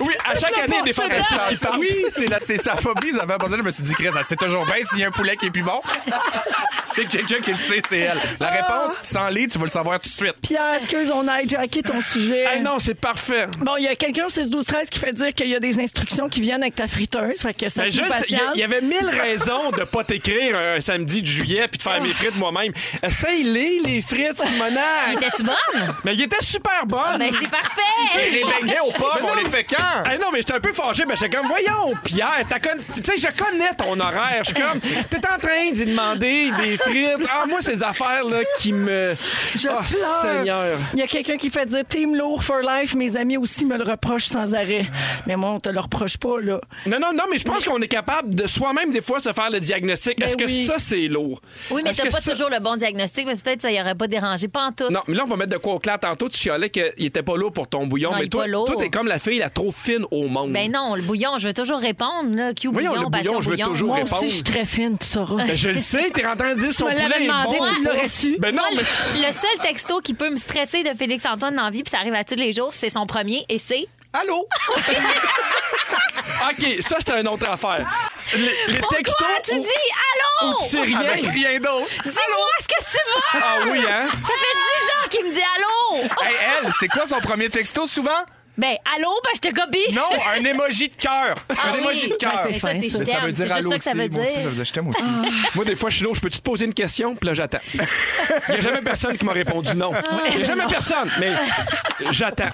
Oui, à chaque
la
année, il y a des
pensée
fantastiques qui partent.
Oui, c'est la- c'est sa phobie, ça fait penser. Je me suis dit, Chris, elle sait toujours bien s'il y a un poulet qui est plus bon. C'est quelqu'un qui le sait, c'est elle. La
Ah.
réponse, sans lait, tu vas le savoir tout de suite.
Pierre, excuse, on a hijacké ton sujet.
Hey, Ah, non, c'est parfait.
Bon, il y a quelqu'un au 16 12 13 qui fait dire qu'il y a des instructions qui viennent avec ta friteuse. Fait que ça
Ben,
te
je
nous
le sais, il y a-
patiente.
il y, avait mille raisons de pas t'écrire un samedi de juillet puis de
Ah.
faire mes frites moi-même. Essaye-les, les frites, Simonac!
Étais-tu Ah, bonne?
Mais il était super bon!
Ben, c'est parfait!
Et les beignets aux pommes, on les fait quand?
Hey, non, mais j'étais un peu fâché, mais j'étais comme, voyons, Pierre, t'as con- tu sais, je connais ton horaire. Je suis comme, t'es en train d'y demander des frites. Ah, moi, c'est des affaires, là, qui me.
Je
oh,
pleure.
Seigneur.
Il y a quelqu'un qui fait dire Team Lourd for Life. Mes amis aussi me le reprochent sans arrêt. Mais moi, on te le reproche pas, là.
Non, non, non, mais je pense qu'on est capable de soi-même, des fois, se faire le diagnostic.
Ben
Est-ce que
oui.
ça, c'est lourd?
Oui, mais
Est-ce
t'as
que
pas
ça-
toujours le bon diagnostic, mais peut-être ça y aurait pas dérangé, pas en tout.
Non, mais là, on va mettre de quoi au clair. Tantôt, tu chialais qu'il était pas lourd pour ton bouillon.
Non, il
mais
est
toi,
pas lourd.
toi, t'es comme la fille la trop fine au monde.
Ben non, le bouillon, je veux toujours répondre, là. Q
Voyons, le
bouillon, passion
bouillon, je
ben,
veux
bouillon.
toujours
Moi
répondre.
aussi, je suis très fine, tu sauras.
Ben, je le sais, t'es en train de dire son
me
poulet
l'avais
est
demandé,
bon.
tu l'aurais su.
Ben non,
Moi,
mais...
le, le seul texto qui peut me stresser de Félix-Antoine dans la vie, puis ça arrive à tous les jours, c'est son premier, et c'est...
Allô?
OK, ça, c'est une autre affaire. Les, les textos... oh,
Pourquoi tu
où-
dis allô?
où tu sais rien.
Avec rien d'autre.
Dis-moi ce que tu veux!
Ah oui, hein?
Ça fait 10 ans qu'il me dit allô!
Hey, elle, c'est quoi son premier texto souvent?
Ben, allô, ben, je te copie.
Non, un émoji de cœur.
Ah
un
oui.
émoji de
Ben,
cœur.
c'est fin, ça.
Mais
Je
ça, veut
t'aime. C'est
dire
juste
allô
ça que
aussi.
ça veut
Moi aussi,
dire. Ah
ça veut dire je t'aime aussi.
Moi, des fois, je suis là, je peux-tu te poser une question? Puis là, j'attends. Il n'y a jamais personne qui m'a répondu non. Il n'y a jamais personne, mais j'attends.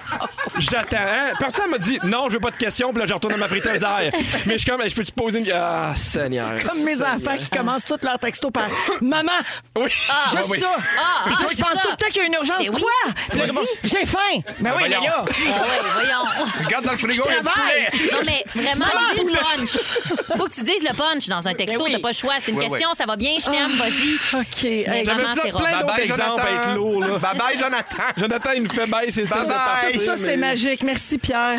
J'attends. Hein? Personne m'a dit non, je veux pas de question, puis là, je retourne à ma friteuse air. Mais je suis comme, je peux-tu te poser une. Ah, Seigneur.
Comme mes enfants qui commencent tous leurs textos par Maman!
Oui.
Juste
Ah, oui. Ben
ça!
Ah,
Puis
ah,
toi,
c'est
je pense
ça.
tout le temps qu'il y a une urgence.
Mais oui.
Quoi? Puis là, J'ai faim! Mais oui, mais
Ben, voyons.
là!
Ah oui, voyons.
Regarde dans le frigo, il y a du
travaille.
poulet.
Non, mais vraiment, dis le punch. Faut que tu dises le punch dans un texto.
Ben oui.
T'as pas le choix. C'est une
Oui,
question. Ça va bien, je t'aime, vas-y.
OK.
Mais
Hey,
maman,
J'avais
c'est
plein,
rare.
plein d'autres
Bye-bye,
exemples à être lourd, là.
Jonathan. Bye-bye, Jonathan.
Jonathan, il me fait baisser ça.
Bye
de
bye.
partir,
Ça, c'est
mais-
magique. Merci, Pierre.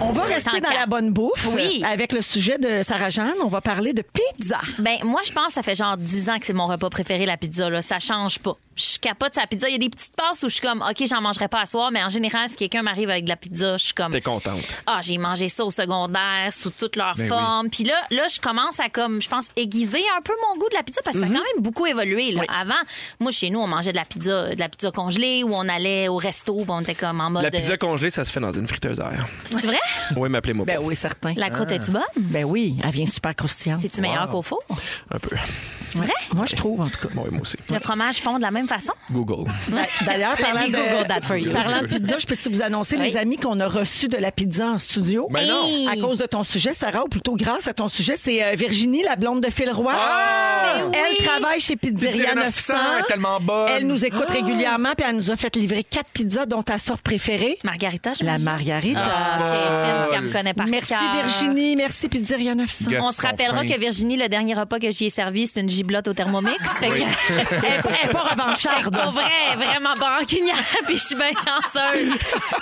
On va rester dans
qu'à.
la bonne bouffe
Oui.
euh, avec le sujet de Sarah-Jeanne. On va parler de pizza.
Ben, moi, je pense que ça fait genre 10 ans que c'est mon repas préféré, la pizza. Là. Ça change pas. Je capote sa pizza. Il y a des petites passes où je suis comme, OK, j'en mangerai pas à soir, mais en général, si quelqu'un m'arrive avec de la pizza, je suis comme.
T'es contente.
Ah, j'ai mangé ça au secondaire sous toutes leurs
Ben
formes. Puis là, là, je commence à comme, je pense, aiguiser un peu mon goût de la pizza parce que
Mm-hmm.
ça a quand même beaucoup évolué. Là. Avant, moi, chez nous, on mangeait de la pizza, de la pizza congelée ou on allait au resto, puis on était comme en mode. euh,
La pizza Ah. congelée, ça se fait dans une friteuse air.
C'est vrai?
Oui, mais appelez-moi
Ben oui, certain.
La croûte est-tu bonne?
Ben oui, elle vient super croustillante.
C'est-tu meilleur qu'au four?
pas. Un peu.
C'est vrai?
Moi, je trouve, en tout cas.
Oui, moi aussi.
Le fromage fond de la même façon?
Google.
D'ailleurs,
Let
parlant
me Google that for
de,
you.
parlant de pizza, je peux-tu vous annoncer, les amis, qu'on a reçu de la pizza en studio?
Ben non.
Hey!
À cause de ton sujet, Sarah, ou plutôt grâce à ton sujet, c'est euh, Virginie, la blonde de Phil Roy.
Ah!
Ben oui!
Elle travaille chez Pizzeria
Pizzeria
900.
900, elle est tellement bonne.
Elle nous écoute
Ah!
régulièrement, puis elle nous a fait livrer quatre pizzas, dont ta sorte préférée,
Margarita, je
la margarita.
Ah, qui me connaît par
Merci
cœur.
Virginie, merci Pizzeria 900.
Yes.
On se
Sans
rappellera
fin.
que Virginie, le dernier repas que j'y ai servi, c'est une giblotte au Thermomix. Fait que...
Ah, Oui.
Elle elle est pas revancharde.
Pour vrai, vraiment pas rancunière, puis je suis bien chanceuse.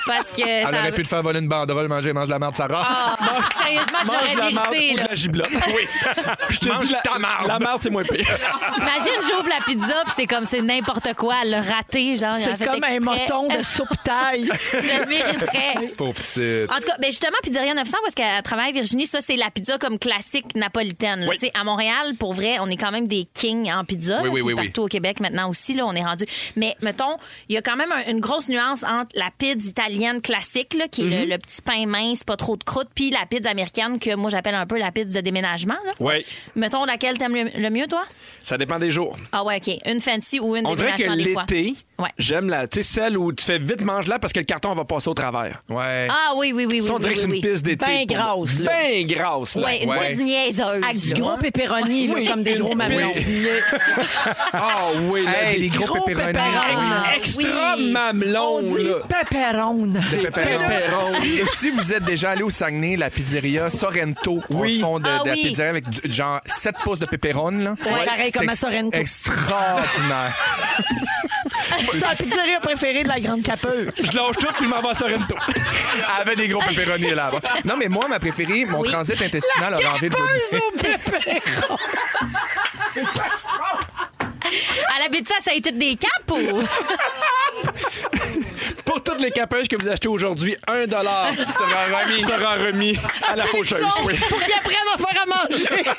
Parce que
Elle
ça...
aurait pu te faire voler une banderole, manger, mange la merde, Sarah.
Ah, sérieusement, je
Mange de la
l'aurais
marde
mérité.
ou de
là.
la giblotte. Oui. Je te
Mange
dis, la,
ta marde.
la marde, c'est moins pire.
Imagine, j'ouvre la pizza, puis c'est comme c'est n'importe quoi, le raté, genre. elle a
C'est
fait
comme un
exprès.
moton de soupe taille.
Je le mériterais.
Pauvre petite.
En tout cas, ben justement, Pizzeria 900, parce qu'elle travaille Virginie, ça, c'est la pizza comme classique napolitaine. là.
Oui.
Tu sais, À Montréal, pour vrai, on est quand même des kings en pizza. là,
Oui, oui,
puis
oui, oui.
partout au Québec maintenant aussi, là, on est rendu. Mais mettons, il y a quand même un- une grosse nuance entre la pizza italienne classique, là, qui est
Mm-hmm.
le- le, petit pain mince, pas trop de croûte, puis la pizza américaine, que moi, j'appelle un peu la pizza de déménagement. là.
Oui.
Mettons, laquelle t'aimes le, le mieux, toi?
Ça dépend des jours.
Ah ouais, OK. Une fancy ou une
On dirait que
déménagement des fois.
l'été,
Ouais.
j'aime la, tu sais, celle où tu fais vite manger là parce que le carton va passer au travers.
Ouais.
Ah oui, oui, oui, oui.
Ça, on
oui,
dirait que
oui,
c'est
oui.
une piste d'été.
Ben
pour moi.
grasse, là.
Ben grasse, là.
Ouais, une
Ouais.
pizza niaiseuse.
Avec du gros pepperoni, là,
Oui,
comme des
une
gros mamelons.
pizza. Ah oui, là,
Hey,
des
les gros,
gros
pépéronis.
pepperoni.
Ah,
extra
oui.
On
mamelons,
dit
là.
pepperone.
Des pépérons.
pépérons.
Si, si vous êtes déjà allé au Saguenay, la pizzeria Sorrento,
Oui.
au fond de,
Ah
de la
oui.
pizzeria avec du- genre 7 pouces de pépérone. là.
Ouais, pareil
C'est
comme à
ex-
Sorrento.
Extraordinaire.
C'est la pizzeria préférée de la grande capeuse.
Je lâche tout puis je m'en vais à Sorrento.
Avec des gros pépéronis là Non, mais moi, ma préférée, mon
Oui.
transit intestinal aurait envie de vous
Capeuse
dire.
au pépérone.
Elle habite ça, ça a été des capes ou?
Pour toutes les capeuses que vous achetez aujourd'hui, un dollar
Sera remis.
sera remis à la faucheuse. Oui.
Pour qu'ils apprennent à faire à manger.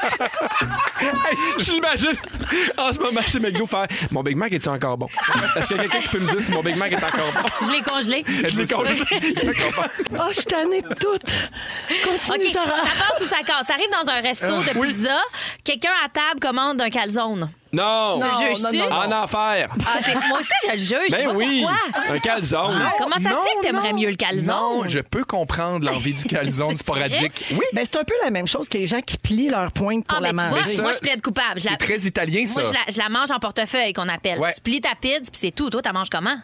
Hey, je l'imagine en ce moment chez McDo faire Mon Big Mac est-tu encore bon? Est-ce qu'il y a quelqu'un qui peut me dire si mon Big Mac est encore bon?
Je l'ai congelé.
Je l'ai congelé.
Ah, je suis tannée de toutes. Continue,
OK, ça
Sarah.
passe ou ça casse? T'arrives dans un
Euh,
resto de
oui.
pizza, quelqu'un à table commande un calzone.
Non!
Tu le juges-tu?
non, non, non.
En enfer!
Ah, c'est- moi aussi, je le juge. je sais
Ben
pas
oui!
Pourquoi? Ah.
Un calzone!
Comment ça se fait que t'aimerais mieux le calzone?
Non, je peux comprendre l'envie du calzone sporadique. Oui.
Ben, c'est un peu la même chose que les gens qui plient leur pointe pour
Ah,
la
ben, tu
manger.
vois,
Mais ça,
moi, je plaide coupable. Je la-
C'est très italien, ça.
Moi, je la, je la mange en portefeuille, qu'on appelle.
Ouais.
Tu plies ta pizza, puis c'est tout. Toi, t'as manges comment?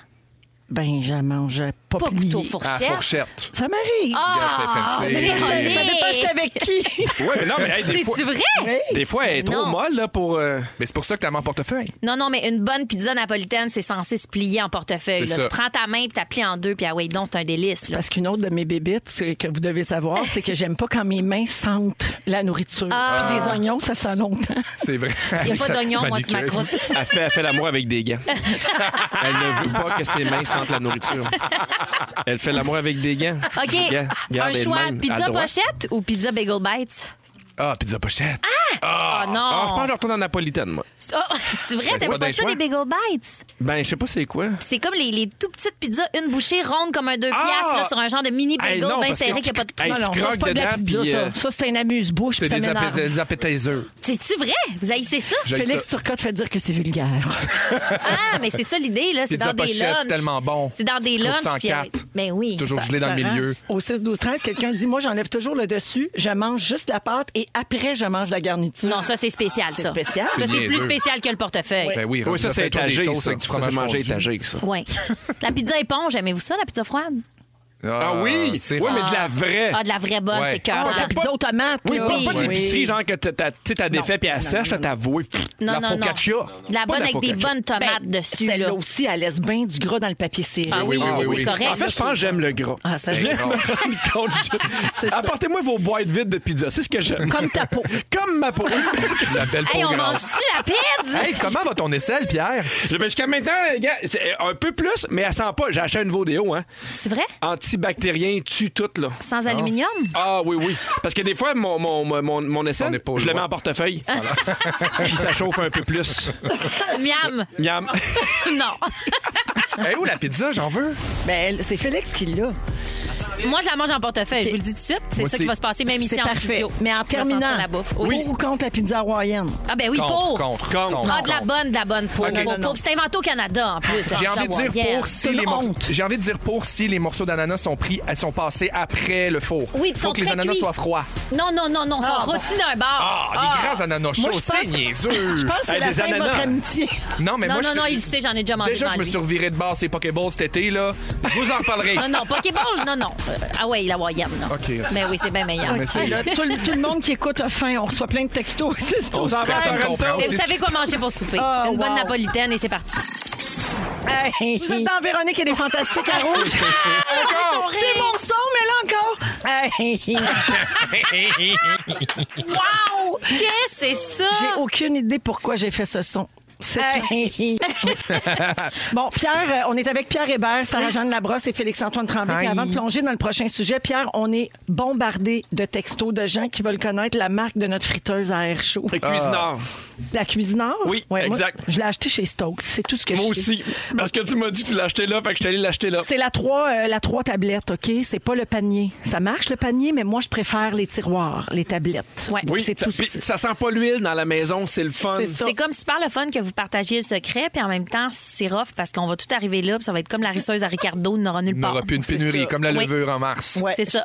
Ben, je mange pas,
Pas
plié.
plutôt
À
fourchette.
la fourchette.
Ça m'arrive.
Ah!
Ah, c'est
Mais
fancy.
Ça
Véronique!
dépend, j'étais avec qui.
Ouais, mais non, mais hey, des, fois,
C'est-tu vrai?
des fois, elle est
Mais
trop
non.
molle là, pour. euh,
Mais c'est pour ça que t'as mon portefeuille.
Non, non, mais une bonne pizza napolitaine, c'est censé se plier en portefeuille. là.
C'est
Tu
ça.
prends ta main, puis t'as plié en deux, puis ah ouais, donc, c'est un délice. là.
Parce qu'une autre de mes bébites c'est que vous devez savoir, c'est que j'aime pas quand mes mains sentent la nourriture.
Ah.
Puis les oignons, ça sent longtemps.
C'est vrai.
Il n'y
Avec
a
sa
pas d'oignon,
petite
moi, tu
manucure.
m'accroutes.
Elle fait, elle fait l'amour avec des gants. Elle ne veut pas que ses mains sentent la nourriture. Elle fait l'amour avec des gants.
OK.
Des gants.
Un
Regarde, elle
choix
même, à
pizza
droite.
pochette ou pizza bagel bites?
Ah, pizza pochette.
Ah non!
Ah, je pense je retourne en napolitaine, moi.
Oh, c'est vrai,
Ben, c'est
t'aimes
pas
pas
d'un
ça,
choix.
les bagel bites?
Ben, je sais pas c'est quoi.
C'est comme les, les tout petites pizzas, une bouchée ronde comme un deux
Ah!
piastres, là, sur un genre de mini
Hey,
bagel
non,
bien
parce
serré
que
qui a pas de
Hey,
non,
tu
non, ça,
croques
c'est pas de la
dedans,
pizza,
puis,
ça.
euh,
Ça, c'est un amuse-bouche, puis ça
C'est des,
m'énerve.
appé- des appétaiseurs.
C'est-tu vrai? Vous haïssez ça?
J'aime
Félix
ça.
Turcotte fait dire que c'est vulgaire.
Ah, mais c'est ça l'idée, là. C'est dans
Pizza
des
pochette,
lunchs.
c'est tellement bon.
C'est dans des
Tu coupes
lunchs.
ça en
puis, euh,
quatre.
Ben oui.
Toujours gelé dans le
Sarah,
milieu.
Au 6, 12, 13, quelqu'un dit Moi, j'enlève toujours le dessus, je mange juste la pâte et après, je mange la garniture.
Non, ça, c'est spécial,
C'est
ça.
spécial.
Ça,
C'est
c'est plus
niaiseux.
spécial que le portefeuille.
Ben oui,
Oui, ça,
Rob,
c'est
fais-toi des
étagé,
toasts
ça.
avec du
Tu
fromage
manger
fondu.
étagé, ça.
Oui. La pizza éponge, aimez-vous ça, la pizza froide?
Ah oui?
c'est
Oui,
rare.
mais de la vraie.
Ah, de la vraie bonne,
Ouais.
c'est
Ah,
cœur.
la pizza aux tomates.
Oui,
là.
pas, pas de
Oui.
l'épicerie, genre que t'as- t'as- tu sais, t'as défait puis elle sèche, là, t'as voué.
Non,
La
non, non.
focaccia.
De la
Pas
bonne
de la
avec des
focaccia.
bonnes
Ben,
tomates dessus,
Celle-là
là.
aussi, elle laisse bien du gras dans le papier serré.
Ah oui,
Oui, oui, oui,
c'est
oui.
correct.
En fait, je pense que j'aime le gras.
Ah, ça,
Je
c'est
l'ai me rendre compte.
C'est ça.
Apportez-moi vos boîtes vides de pizza. C'est ce que j'aime.
Comme ta peau.
Comme ma peau.
La belle peau
Hey, on
grasse.
mange-tu la pizza?
Hey, comment va ton aisselle, Pierre?
Ben, Jusqu'à maintenant, les gars, c'est euh, un peu plus, mais elle sent pas. J'ai acheté un nouveau déo, hein.
C'est vrai?
Antibactérien, tue tout, là.
Sans aluminium?
Ah oui, oui. Parce que des fois, mon, mon, mon, mon- mon aisselle,
Son épaule
je le mets en
droite.
portefeuille. Puis ça chauffe un peu plus.
Miam!
Miam.
Ah.
Non.
hey, où la pizza? J'en veux.
Ben, c'est Félix qui l'a.
Moi, je la mange en portefeuille, je vous le dis tout de suite. C'est
Moi
ça qui
aussi.
va se passer même ici
C'est
en
parfait.
studio.
Mais
Je
en
vais sentir
terminant,
la bouffe.
pour
Oui.
ou contre la pizza hawaïenne?
Ah ben oui, pour.
Contre, contre,
Contre.
Ah, de la bonne, de la bonne pour.
Ok.
pour,
Non,
pour. C'est inventé au Canada, en plus.
J'ai
la
envie, de
pizza
dire
hawaïenne.
pour si
C'est
les
une
mor-
honte.
J'ai envie de dire pour si les morceaux d'ananas sont pris, elles sont passées après le four.
Oui, puis
Faut
sont
que les
très
ananas
cuits.
soient froids.
Non, non, non, non,
Ah,
sont
bon.
rôtis d'un bar.
Ah, les grands ananas
Moi, je
chauds, c'est
pense-
niaiseux.
Je pense que c'est
Hey,
la
des
fin de
ananas.
votre amitié.
Non, mais
Non,
moi,
non,
je-
non, il le sait, j'en ai déjà mangé.
Déjà,
dans
je me
lui.
suis reviré de bord ces Pokéballs cet été, là. Je vous en reparlerai.
Non, non, Pokéball, non, non. Euh, ah ouais, la Hawaïenne, non.
OK. Ah,
Mais oui, c'est bien meilleur.
Mais c'est-
Là, tout, le- tout le monde qui écoute a faim. On reçoit plein de textos. C'est c'est
On s'en va
stress.
sur un
comprend.
toast.
Et Ah, vous savez quoi manger pour souper?
Ah,
Une bonne
wow.
napolitaine et c'est parti.
Hey. Vous êtes dans Véronique et les Fantastiques à Rouge.
Encore.
C'est mon son, mais là encore. Hey. wow!
Qu'est-ce que c'est ça?
J'ai
Ah.
aucune idée pourquoi j'ai fait ce son. C'est bon, Pierre, euh, on est avec Pierre Hébert, Sarah-Jeanne Labrosse et Félix-Antoine Tremblay. Puis
Hi.
avant de plonger dans le prochain sujet, Pierre, on est bombardé de textos de gens qui veulent connaître la marque de notre friteuse à air chaud.
Le cuisinard.
La cuisinard?
Oui,
moi,
exact.
je l'ai achetée chez Stokes. C'est tout ce que
Moi
je sais.
aussi. Parce que tu m'as dit que tu l'achetais là, fait que je suis allé l'acheter là.
C'est la trois, euh, la trois tablettes, OK? C'est pas le panier. Ça marche, le panier, mais moi, je préfère les tiroirs, les tablettes.
Ouais.
Oui,
c'est
ça,
tout.
puis ça sent pas l'huile dans la maison, c'est le fun.
C'est ça.
C'est comme super le fun que vous partagiez le secret, puis en même temps, c'est rough parce qu'on va tout arriver là, puis ça va être comme la risseuse à Ricardo, il n'aura nulle
Il
part.
n'aura plus une pénurie, comme la
Oui.
levure en mars.
Ouais.
C'est ça.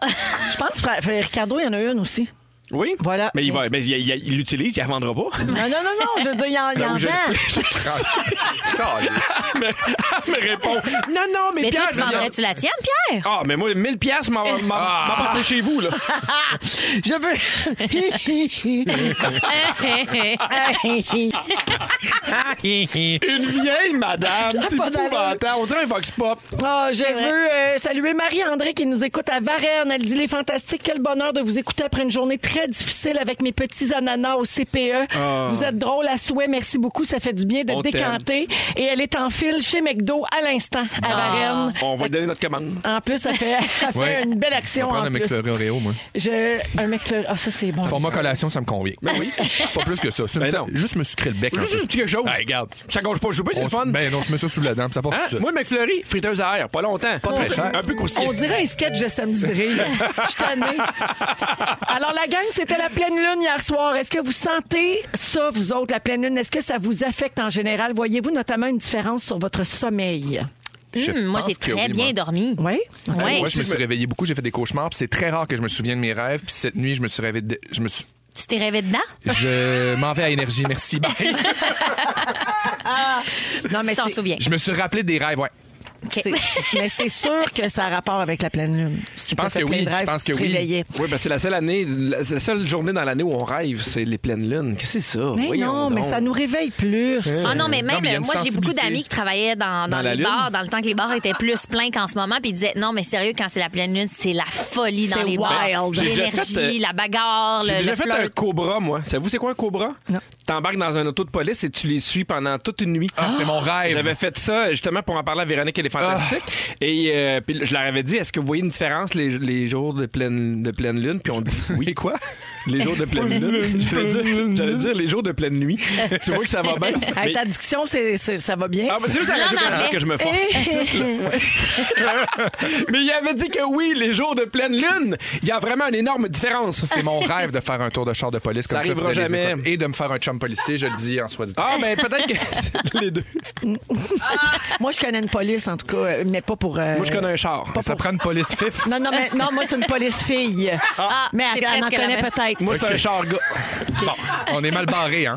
Je pense, frère, frère Ricardo, il y en a une aussi.
Oui.
Voilà.
Mais il va, mais il- il il l'utilise, il la vendra pas.
Non, non, non, non, je veux dire, il y en, il y en
Ben Ah oui, je le
vend.
mais, elle me répond Non, non, mais,
Mais toi,
Pierre,
tu
je viens-
vendrais-tu la tienne, Pierre?
Ah, mais moi, 1000 piastres, m'en m'en-
Ah.
m'en porter chez vous, là.
Je veux.
Une vieille madame, c'est
pas d'allure.
épouvantable. On dirait un vox pop.
Ah, je veux euh, saluer Marie-André qui nous écoute à Varennes. Elle dit Les Fantastiques, quel bonheur de vous écouter après une journée très difficile avec mes petits ananas au CPE.
Ah.
Vous êtes drôle à souhait. Merci beaucoup. Ça fait du bien de
On
décanter. Et elle est en file chez McDo à l'instant à
Ah.
Varennes.
On va lui donner notre commande.
En plus, ça fait, ça fait
Ouais.
une belle action.
prendre
En
un
plus.
McFlurry Oreo, moi.
Je, un McFlurry. Ah, ça, c'est bon.
Format collation, ça me convient. Mais oui. Pas plus que ça. C'est une
Ben
petite-
non.
Juste me sucrer le bec. un
Ben Juste
peu.
une petite chose.
Hey, regarde.
Ça gauche pas le chouper, c'est
On
le
se-
fun.
Ben non, je mets ça sous la dent, puis ça part
Hein?
tout de suite.
Moi, McFlurry, friteuse à air, pas longtemps. Pas
très cher.
Un peu coursier.
On dirait un sketch de samedi de rire. Je suis tannée. Alors, la gang, c'était la pleine lune hier soir. Est-ce que vous sentez ça, vous autres, la pleine lune? Est-ce que ça vous affecte en général? Voyez-vous notamment une différence sur votre sommeil?
Je
Hum, moi,
pense
j'ai
que
très
oui,
bien
moi.
dormi.
Oui?
Ouais.
Moi, je me suis réveillé beaucoup, j'ai fait des cauchemars, puis c'est très rare que je me souvienne de mes rêves. Puis cette nuit, je me suis réveillé. de- Je me suis-
Tu t'es rêvé dedans?
Je m'en vais à énergie, merci. Bye.
Non,
Tu t'en
c'est-
souviens.
Je me suis rappelé des rêves, ouais.
OK.
c'est- mais c'est sûr que ça a rapport avec la pleine lune. Je
pense que oui, je pense que oui.
Oui, ben c'est la seule année, la, c'est la seule journée dans l'année où on rêve, c'est les pleines lunes. Qu'est-ce que c'est ça?
Mais
Voyons
non,
donc.
mais ça nous réveille plus.
Ah non, mais même,
Non, mais il y a une
moi, j'ai beaucoup
sensibilité.
d'amis qui travaillaient dans, dans
Dans la
les
lune.
bars, dans le temps que les bars étaient plus pleins qu'en ce moment, puis ils disaient, non, mais sérieux, quand c'est la pleine lune, c'est la folie dans
C'est
les bars.
wild.
J'ai déjà
L'énergie,
fait, euh,
la bagarre,
J'ai
le,
déjà
le
fait
flirt.
un cobra, moi. Savez-vous c'est quoi un cobra?
Non.
T'embarques dans un auto de police et tu les suis pendant toute une nuit.
Ah, c'est mon rêve. Ah!
J'avais fait ça justement pour en parler à Véronique et les fantastique. Et euh, puis je leur avais dit, est-ce que vous voyez une différence les, les jours de pleine, de pleine lune? Puis on dit oui.
Et quoi?
Les jours de pleine lune. J'allais dire, j'allais dire les jours de pleine nuit. tu vois que ça va bien.
Hey,
Mais-
Ta diction, c'est- c'est- ça va bien.
ah, bah, c'est juste à
Là, en
Radio-Canada
anglais.
que je me force. ici, là. Ouais. Mais il avait dit que oui, les jours de pleine lune, il y a vraiment une énorme différence.
C'est mon rêve de faire un tour de char de police comme ça.
arrivera
près des
jamais.
écoles. Et de me faire un chum policier, je le dis en soi dit.
Ah, ben peut-être que les deux.
Euh, Moi, je connais une police, en tout cas, euh, mais pas pour. euh,
Moi, je connais un char.
ça prend une police fif.
Non, non, mais, non, moi, c'est une police fille.
Ah,
mais
c'est
elle, elle en
presque la
connaît
même.
peut-être.
Moi, c'est un char gars.
Bon, on est mal barré, hein?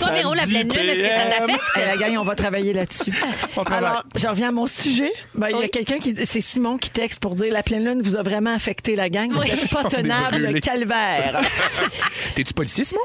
Toi, Véro, la
Samedi
pleine lune, est-ce que ça
PM.
t'affecte?
Hey, la gang, on va travailler là-dessus.
travaille.
Alors, je reviens à mon sujet. Ben, Il y a quelqu'un qui. C'est Simon qui texte pour dire La pleine lune vous a vraiment affecté, la gang. Vous êtes pas tenable,
brûlés.
le calvaire.
T'es-tu policier, Simon?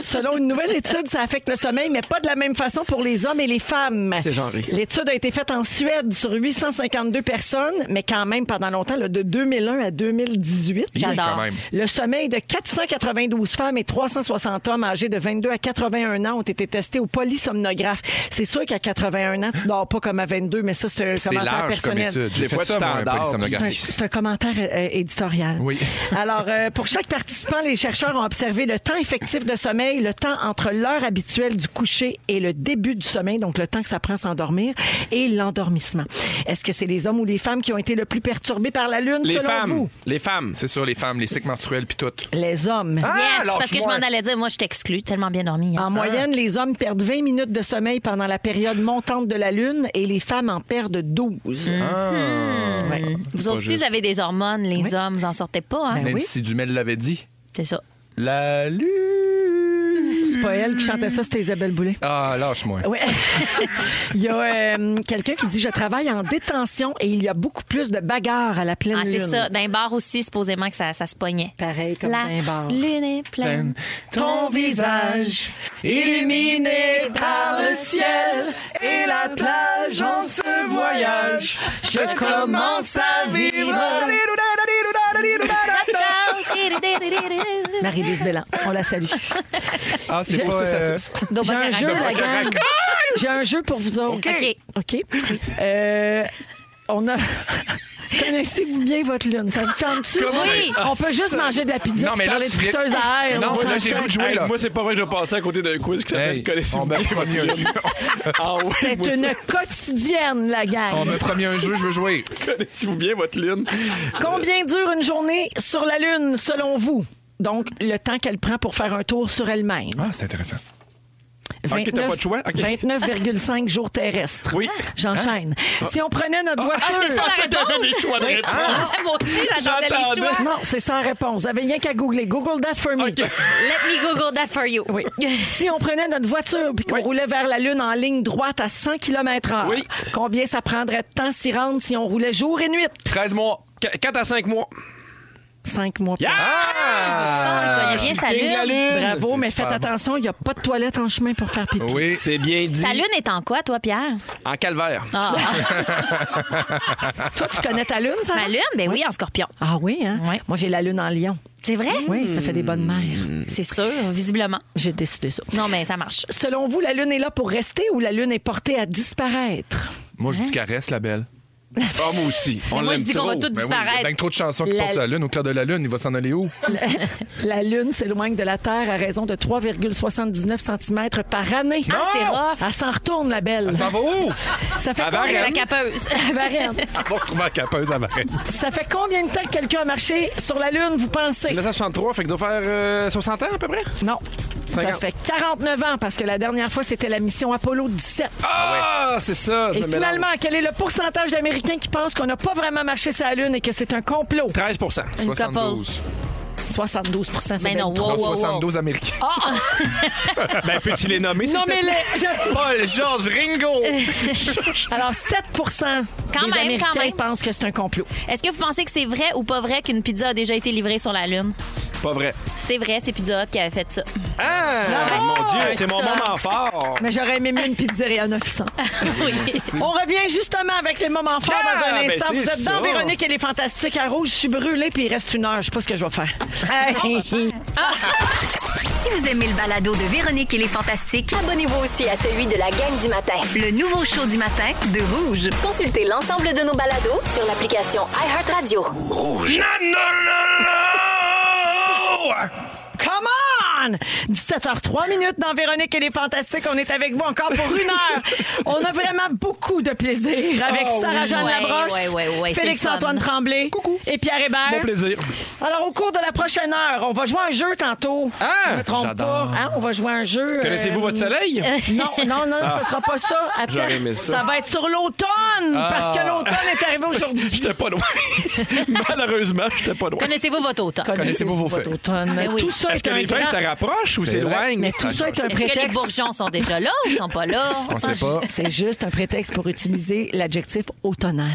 Selon une nouvelle étude, ça affecte le sommeil, mais pas de la même façon pour les hommes et les femmes.
C'est genré.
L'étude a été faite en Suède sur 852 personnes, mais quand même pendant longtemps, là, de 2001 à 2018.
J'adore.
Quand même.
Le sommeil de 492 femmes et 360 hommes âgés de 22 à 81 ans ont été testés au polysomnographe. C'est sûr qu'à 81 ans, tu dors pas comme à 22, mais ça, c'est un
C'est
commentaire
large comme
personnel.
étude.
Des
J'ai fait
fois,
ça,
tu
moi, un
t'endors,
C'est un-
polysomnographie.
C'est un commentaire euh, éditorial.
Oui.
Alors, euh, pour chaque participant, les chercheurs ont observé le temps effectif de sommeil, le temps entre l'heure habituelle du coucher et le début du sommeil, donc le temps que ça prend à s'endormir, et l'endormissement. Est-ce que c'est les hommes ou les femmes qui ont été le plus perturbés par la Lune,
Les
selon
femmes.
vous?
Les femmes.
C'est sûr, les femmes, les cycles menstruels, puis tout.
Les hommes.
Ah,
Yes,
lâche-moi.
parce que je m'en allais dire, moi, je t'exclus, tellement bien dormi.
En
hein.
moyenne, les hommes perdent 20 minutes de sommeil pendant la période montante de la Lune et les femmes en perdent 12.
Mhm.
Ouais.
Vous autres aussi, vous avez des hormones, les hommes, vous en sortez pas, hein?
Ben oui.
Nancy Dumel l'avait dit.
C'est ça.
La
Mhm.
lune.
C'est pas elle qui chantait ça, c'était Isabelle Boulay.
Ah, lâche-moi.
Oui. il y a euh, quelqu'un qui dit Je travaille en détention et il y a beaucoup plus de bagarres à la pleine
Ah, c'est
lune.
ça. D'un bar aussi, supposément que ça, ça se pognait.
Pareil comme
La
dans un bar.
lune est pleine.
Ton visage
illuminé
par le ciel et la plage en ce voyage. Je commence à vivre.
Ah,
Ah, Marie-Lise Bélan, on la salue.
Ah, c'est
Je-
pas...
c'est ça,
euh,
J'ai un
Dobokarac.
jeu, la gang.
Dobokarac.
J'ai un jeu pour vous autres.
OK.
OK. Euh, on a. Connaissez-vous bien votre lune? Ça vous tente-tu?
Comment- Oui.
On peut juste manger de la pizza
Ah, Non,
puis
mais là,
parler de
tu viens-
friteuse à air.
Non,
On
mais là,
s'en sort.
j'ai le goût de jouer,
Hey,
là.
Moi, c'est pas vrai que je vais passer à côté d'un quiz qui s'appelle
Hey, on
Connaissez-vous
m'a
bien
promis
votre
un
lune?
jeu.
Ah oui, moi
C'est
aussi.
une quotidienne, la gang.
On me promis un jeu, je veux jouer.
Connaissez-vous bien votre lune?
Combien dure une journée sur la Lune, selon vous? Donc, le temps qu'elle prend pour faire un tour sur elle-même.
Ah, c'est intéressant.
Ok, t'as pas de choix? Ok.
29,5 jours terrestres.
Oui.
J'enchaîne.
Hein?
Si on prenait notre voiture...
Ah, c'était ça
Ah, t'as
la
fait des
réponse?
choix de réponse.
Ah, Moi aussi, j'attendais les
J'attendais.
choix.
Non, c'est sans réponse. Vous avez rien qu'à googler. Google that for me.
Let me Google that for you.
Oui. Si on prenait notre voiture puis qu'on
Oui.
roulait vers la Lune en ligne droite à 100 km h
Oui.
combien ça prendrait de temps s'y rendre si on roulait jour et nuit?
13 mois.
4 à 5 mois.
Cinq mois.
Ah, on connaît bien sa
King de la
lune.
lune.
Bravo, mais
Super
faites
bon.
attention, il n'y a pas de toilette en chemin pour faire pipi.
Oui.
C'est bien dit.
Ta lune est en quoi, toi, Pierre?
En calvaire.
Ah,
Toi, tu connais ta Lune, ça?
ma lune? Ben oui, en scorpion.
Ah oui, hein?
Ouais.
Moi, j'ai la Lune en lion.
C'est vrai?
Oui, ça fait des bonnes mères.
C'est sûr, visiblement.
J'ai décidé ça.
Non, mais ça marche.
Selon vous, la Lune est là pour rester ou la Lune est portée à disparaître?
Moi, je dis caresse, la belle. Ah, moi aussi.
Hein? Mais moi, je dis qu'on va tous
Ben oui, il y a
disparaître.
bien que trop de chansons qui
La-
portent sur la lune. Au clair de la lune, il va s'en aller où?
La Lune s'éloigne de la Terre à raison de 3,79 cm par année.
Ah, c'est rough.
Elle s'en retourne, la belle.
Ça va où?
Ça fait
À
combien?
La capeuse.
À Varennes.
On va retrouver la capeuse à Varennes.
Ça fait combien de temps que quelqu'un a marché sur la Lune, vous pensez?
1963, fait que doit faire euh, 60 ans à peu près.
Non. Ça
50.
fait 49 ans parce que la dernière fois, c'était la mission Apollo 17.
Ah, c'est ça. je
Et
me
finalement,
mélange.
quel est le pourcentage d'Américains qui pensent qu'on n'a pas vraiment marché sur la Lune et que c'est un complot?
13
Une couple.
72.
72 c'est
Mais
bien
non,
trop.
wow, wow, Ah. wow.
72 américains.
Ben, peux-tu les nommer? s'il
Non,
te
mais
plaît?
les- je-
Paul, George, Ringo!
Euh. Alors, 7
Quand
des
même,
Américains
quand même.
pensent que c'est un complot.
Est-ce que vous pensez que c'est vrai ou pas vrai qu'une pizza a déjà été livrée sur la Lune?
Pas vrai.
C'est vrai, c'est Pizza Hut qui avait fait ça.
Ah, mon Dieu, c'est mon
Stop.
moment fort.
Mais j'aurais aimé mieux une pizzeria 900.
oui.
On revient justement avec les moments forts
Ah,
dans un
ben
instant.
c'est
Vous êtes
ça.
dans Véronique et les Fantastiques à Rouge. Je suis brûlée, puis il reste une heure. Je sais pas ce que je vais faire. Hey.
Si vous aimez le balado de Véronique et les Fantastiques,
Abonnez-vous aussi à celui de la gang du matin.
le nouveau show du matin de Rouge.
Consultez l'ensemble de nos balados sur l'application iHeartRadio.
Rouge.
Come on! 17h03 minutes dans Véronique et les Fantastiques. On est avec vous encore pour une heure. On a vraiment beaucoup de plaisir avec Sarah-Jeanne
oui.
Labrosse,
Ouais, ouais, ouais, ouais,
Félix-Antoine
c'est le fun.
Tremblay et Pierre Hébert.
Bon plaisir.
Alors, au cours de la prochaine heure, on va jouer à un jeu tantôt.
Ah!
Je me trompe pas.
J'adore.
hein? On va jouer à un jeu. euh,
Connaissez-vous votre soleil?
Non, non, non, ça sera pas ça. Attends,
J'aurais aimé ça.
va être sur l'automne, parce que l'automne est arrivé aujourd'hui.
J'étais pas loin. Malheureusement, j'étais pas loin.
Connaissez-vous votre automne?
Connaissez-vous vos
votre
faits?
automne.
Ben oui.
Tout ça
Est-ce
est,
que
un
les feuilles
grand-
se rapprochent ou
C'est vrai.
s'éloignent? Ah.
Mais tout ça est un
Est-ce que les
prétexte.
bourgeons sont déjà là ou sont pas là?
On sait pas.
C'est juste un prétexte pour utiliser l'adjectif automnal.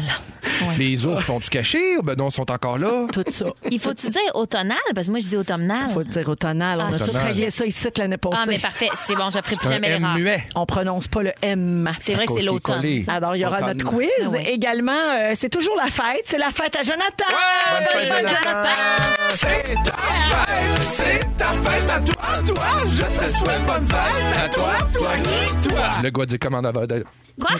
Les ours sont-tu cachés? Ben non, ils sont encore là.
Tout ça.
Il faut-tu dire automnal? Parce que moi, je dis automnal.
Faut dire automnal. On a
Automnal.
tout réglé ça ici l'année passée.
Ah, mais parfait. C'est bon, je ferai plus
C'est un
jamais
M
l'erreur.
muet.
On prononce pas le M.
C'est vrai que
Cause
c'est
qui est collé.
l'automne.
Alors, il y aura
Automne.
notre quiz.
Ah ouais.
Également, euh, c'est toujours la fête. C'est la fête à Jonathan. euh,
Bonne fête,
Bonne
Jonathan. C'est ta fête, c'est ta fête à toi, toi. Je te souhaite bonne fête à toi, toi qui, toi. Le gars du commande à l'auto.
Quoi?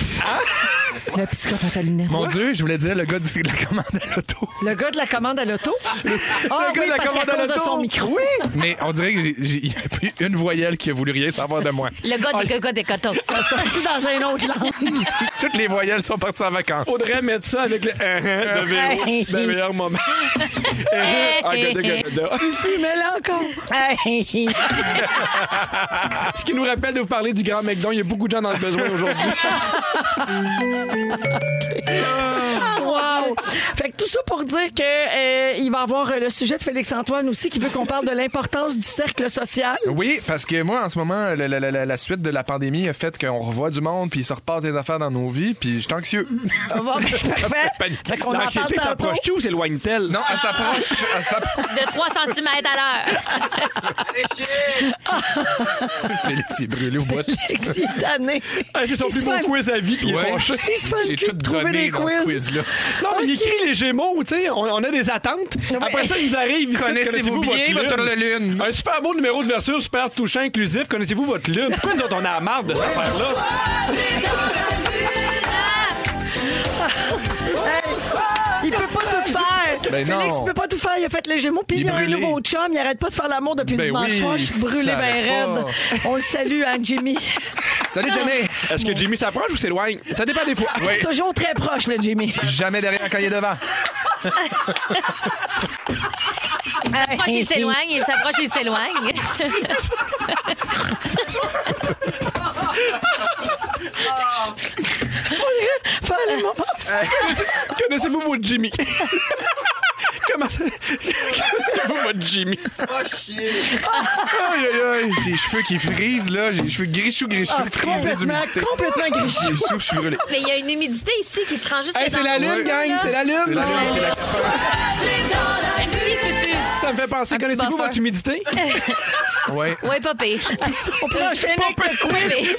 Le psychopathe à lunettes.
Mon Dieu, je voulais dire le gars du de la commande à l'auto.
Le gars de la commande à l'auto.
le
Ah
gars
oui,
de la
parce qu'à
commande à
cause de
l'auto.
son micro.
Mais on dirait qu'il y a plus une voyelle que vous voulez savoir de moi.
Le gars du gaga des coteaux.
Sorti dans un autre langue.
Toutes les voyelles sont parties en vacances.
Faudrait mettre ça avec le uh-huh de Véro.
Hey.
Le meilleur moment. Uh-huh. Ah, gada,
Eh,
gada.
mais là encore.
Oh,
Hey. eh.
Ce qui nous rappelle de vous parler du grand McDon, il y a beaucoup de gens dans le besoin aujourd'hui.
Ah, Wow! Fait que tout ça pour dire que euh, il va y avoir euh, le sujet de Félix-Antoine aussi qui veut qu'on parle de l'importance du cercle social.
Oui, parce que moi, en ce moment, la, la- la- la suite de la pandémie a fait qu'on revoit du monde, puis ça repasse des affaires dans nos vies, puis je suis anxieux.
On va- Parfait. Fait qu'on en parle
L'anxiété
tantôt.
s'approche-tu ou s'éloigne-t-elle?
Non, elle s'approche. elle s'approche.
De 3 cm à l'heure.
Félix, il est brûlé au bout.
Félix, il est tanné.
Ah, c'est son
Il
plus
se
beau
fait-
quiz à vie, puis il est
Ouais.
fâché.
Il se fait le
J'ai
cul
tout
de trouver
donné
des
dans ce
quiz.
quiz-là.
Non, mais il écrit les Gémeaux, tu sais. On, on a des attentes. Après ça, il nous arrive. ici,
Connaissez-vous bien votre lune?
Un super beau numéro de versure, super touchant, inclusif. Connaissez-vous votre lune? Pourquoi nous autres, on a la marre de cette affaire-là?
Il peut pas tout faire.
Ben
Félix,
non.
il peut pas tout faire. Il a fait les Gémeaux, puis
Il
il,
est
a un
brûlé.
nouveau chum. Il arrête pas de faire l'amour depuis
Ben
dimanche
oui,
soir. Je suis brûlé
ça
bien
va
raide.
pas.
On le salue, hein, Jimmy.
Salut, Jenny!
Est-ce que Jimmy s'approche ou s'éloigne? Ça dépend des fois.
Oui.
Toujours très proche, le Jimmy.
Jamais derrière quand il est devant.
S'approche, il s'éloigne. Il s'approche, il s'éloigne.
Faire le moment.
Connaissez-vous votre Jimmy? Comment ça? Connaissez-vous votre Jimmy?
Aïe, aïe, aïe. J'ai les cheveux qui frisent, là. J'ai les cheveux grichou, grichou,
Ah,
frisés
complètement,
d'humidité.
complètement
J'ai
griché.
les cheveux, je suis brûlé.
Mais il y a une humidité ici qui se rend juste
Hey, c'est la lune, gang! C'est la lune! Ça me fait penser. Connaissez-vous
buffer.
votre humidité?
Ouais.
Oui, pas pire.
On pourrait enchaîner avec le quiz.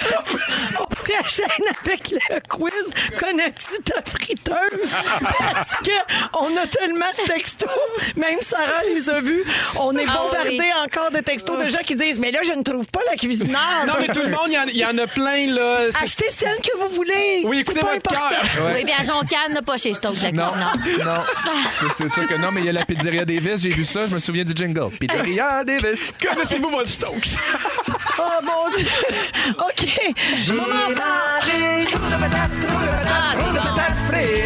On pourrait enchaîner avec le quiz. Connais-tu ta friteuse? Parce que on a tellement de textos. Même Sarah les a vus. On est
Ah
bombardé
oui.
encore de textos de gens qui disent Mais là, je ne trouve pas la cuisinière.
Non, mais tout le monde, il y en- il y, en a plein, là. C'est-
Achetez celle que vous voulez.
Oui,
Ah, C'est
écoutez
pas
votre
important.
cœur.
Oui, bien, à Jonquière, n'a pas chez Stokes la
Non,
cuisine.
non. C'est- C'est sûr que non, mais il y a la pizzeria Davis, j'ai vu ça, je me souviens du jingle. Pizzeria Davis.
Connaissez-vous votre Stokes?
Oh mon Dieu. OK.
Ah, c'est bon.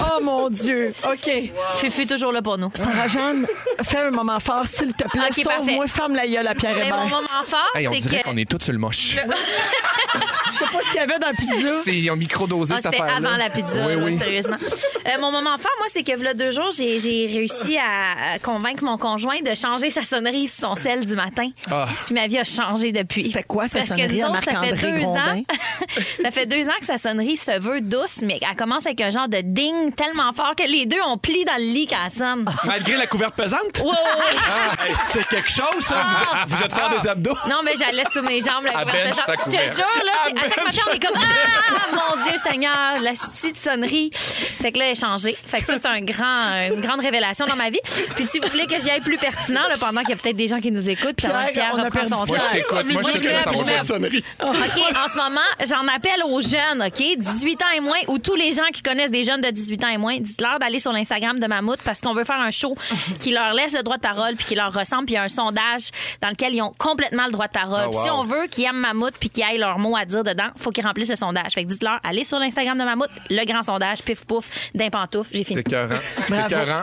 Oh mon Dieu. OK.
Fufu, toujours là pour nous.
Sarah-Jeanne, Ah, fais un moment fort, s'il te plaît.
Ok,
Sauve-moi, ferme la gueule à Pierre
Mais
Hébert.
mon moment fort,
Hey, on
c'est
dirait
que.
qu'on est tous sur le moche.
Je sais pas ce qu'il y avait dans la pizza.
C'est un micro-dosé,
Ah,
cette
c'était
affaire-là.
avant la pizza,
Oui,
là,
oui.
sérieusement. Euh, mon moment fort, moi, c'est que voilà deux jours, j'ai j'ai réussi à à convaincre mon conjoint de changer sa sonnerie sur son sel du matin.
Ah.
Puis ma vie a changé depuis.
C'était quoi, sa
Parce que
sonnerie
nous
à
autres, ça fait
Marc-André
deux
Grondin?
ans. ça fait deux ans que sa sonnerie se veut douce, mais elle commence avec un genre de ding tellement fort que les deux on plie dans le lit quand elle sonne.
Ah.
Malgré la couverte pesante?
Wow, wow, wow.
Ah, hey, c'est quelque chose, ça. Vous êtes, vous êtes faire des abdos?
Non, mais j'allais sous mes jambes. La
À
couverture.
bench, sac
Je te
ouvert.
jure, là, tu sais, à chaque matin, on est comme Ah, mon Dieu, Seigneur, la petite sonnerie. Fait que là, elle est changée. Fait que ça, c'est un grand, une grande révélation dans ma vie. Puis si vous voulez que j'y aille plus pertinent, là, pendant qu'il y a peut-être des gens qui nous écoutent, pendant que
Pierre,
Pierre
on a
reprend
perdu
son
Pierre.
Moi, je
souffle.
t'écoute. Moi, je
Ah, Moi, je
t'écoute. Ça
m'aime,
va
je
faire
m'aime.
une sonnerie.
OK, en ce moment, j'en appelle aux jeunes, OK? 18 ans et moins, ou tous les gens qui connaissent des jeunes de 18 ans et moins, dites-leur d'aller sur l'Instagram de Mammouth parce qu'on veut faire un show qui leur laisse le droit de parole puis qui leur ressemble. Puis il y a un sondage dans lequel ils ont complètement le droit de parole.
Ah,
Puis
wow.
si on veut qu'ils aiment Mammouth puis qu'ils aient leur mot à dire dedans, faut qu'ils remplissent le sondage. Fait que dites-leur, allez sur l'Instagram de Mammouth, le grand sondage, pif pouf, d'un pantouf, j'ai fini.
T'es écœurant. T'es
Bravo.
écœurant.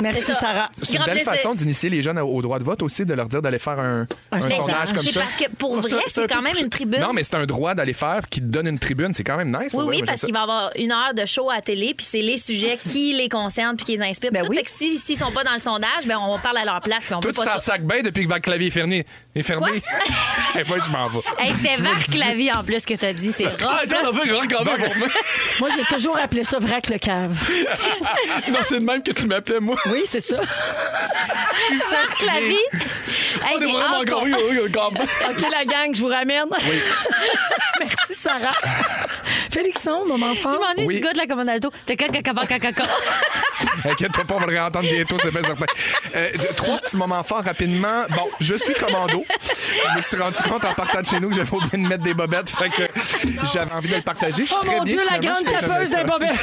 Merci,
C'est ça.
Sarah.
C'est une
Grand
belle
plaisir.
façon d'initier les jeunes au- au droit de vote aussi, de leur dire d'aller faire un, un
Mais ça,
sondage comme
C'est
ça.
parce que pour vrai, c'est quand même une tribune.
Non, mais c'est un droit d'aller faire qui te donne une tribune. C'est quand même nice. pour
Oui,
vrai,
oui,
moi, j'aime
parce
ça.
qu'il va y avoir une heure de show à télé, puis c'est les sujets qui les concernent, puis qui les inspirent. puis
Ben
tout.
oui.
Fait que si- s'ils sont pas dans le sondage, ben on parle à leur place, puis on
Tout
veut
c'est
pas
en
ça.
sac bain depuis que votre clavier est fermé. Est fermé. Et moi, je m'en vais.
Hey, c'était Varc la vie en plus que t'as dit, c'est rough.
attends, on veut grand bain pour moi.
Moi, j'ai toujours appelé ça vrac le cave.
Non, c'est le même que tu m'appelais, moi.
Oui, c'est ça.
Varc la vie. Hey, j'ai hâte qu'on-
OK, la gang, je vous ramène. Merci, Sarah. Félixon, mon enfant.
Ah, Je m'ennuie
Oui.
du gars de la commande alto. T'as caca, caca, caca, caca.
Inquiète-toi pas, on va le réentendre bientôt, c'est bien certain. Euh, d- trois petits moments forts rapidement. Bon, je suis commando. Je me suis rendu compte en partant de chez nous que j'avais oublié de mettre des bobettes. Fait que j'avais envie de le partager. Je suis
Oh
très
mon
bien,
Dieu, la
finalement,
grande
je fais jamais
tapeuse
ça.
des bobettes.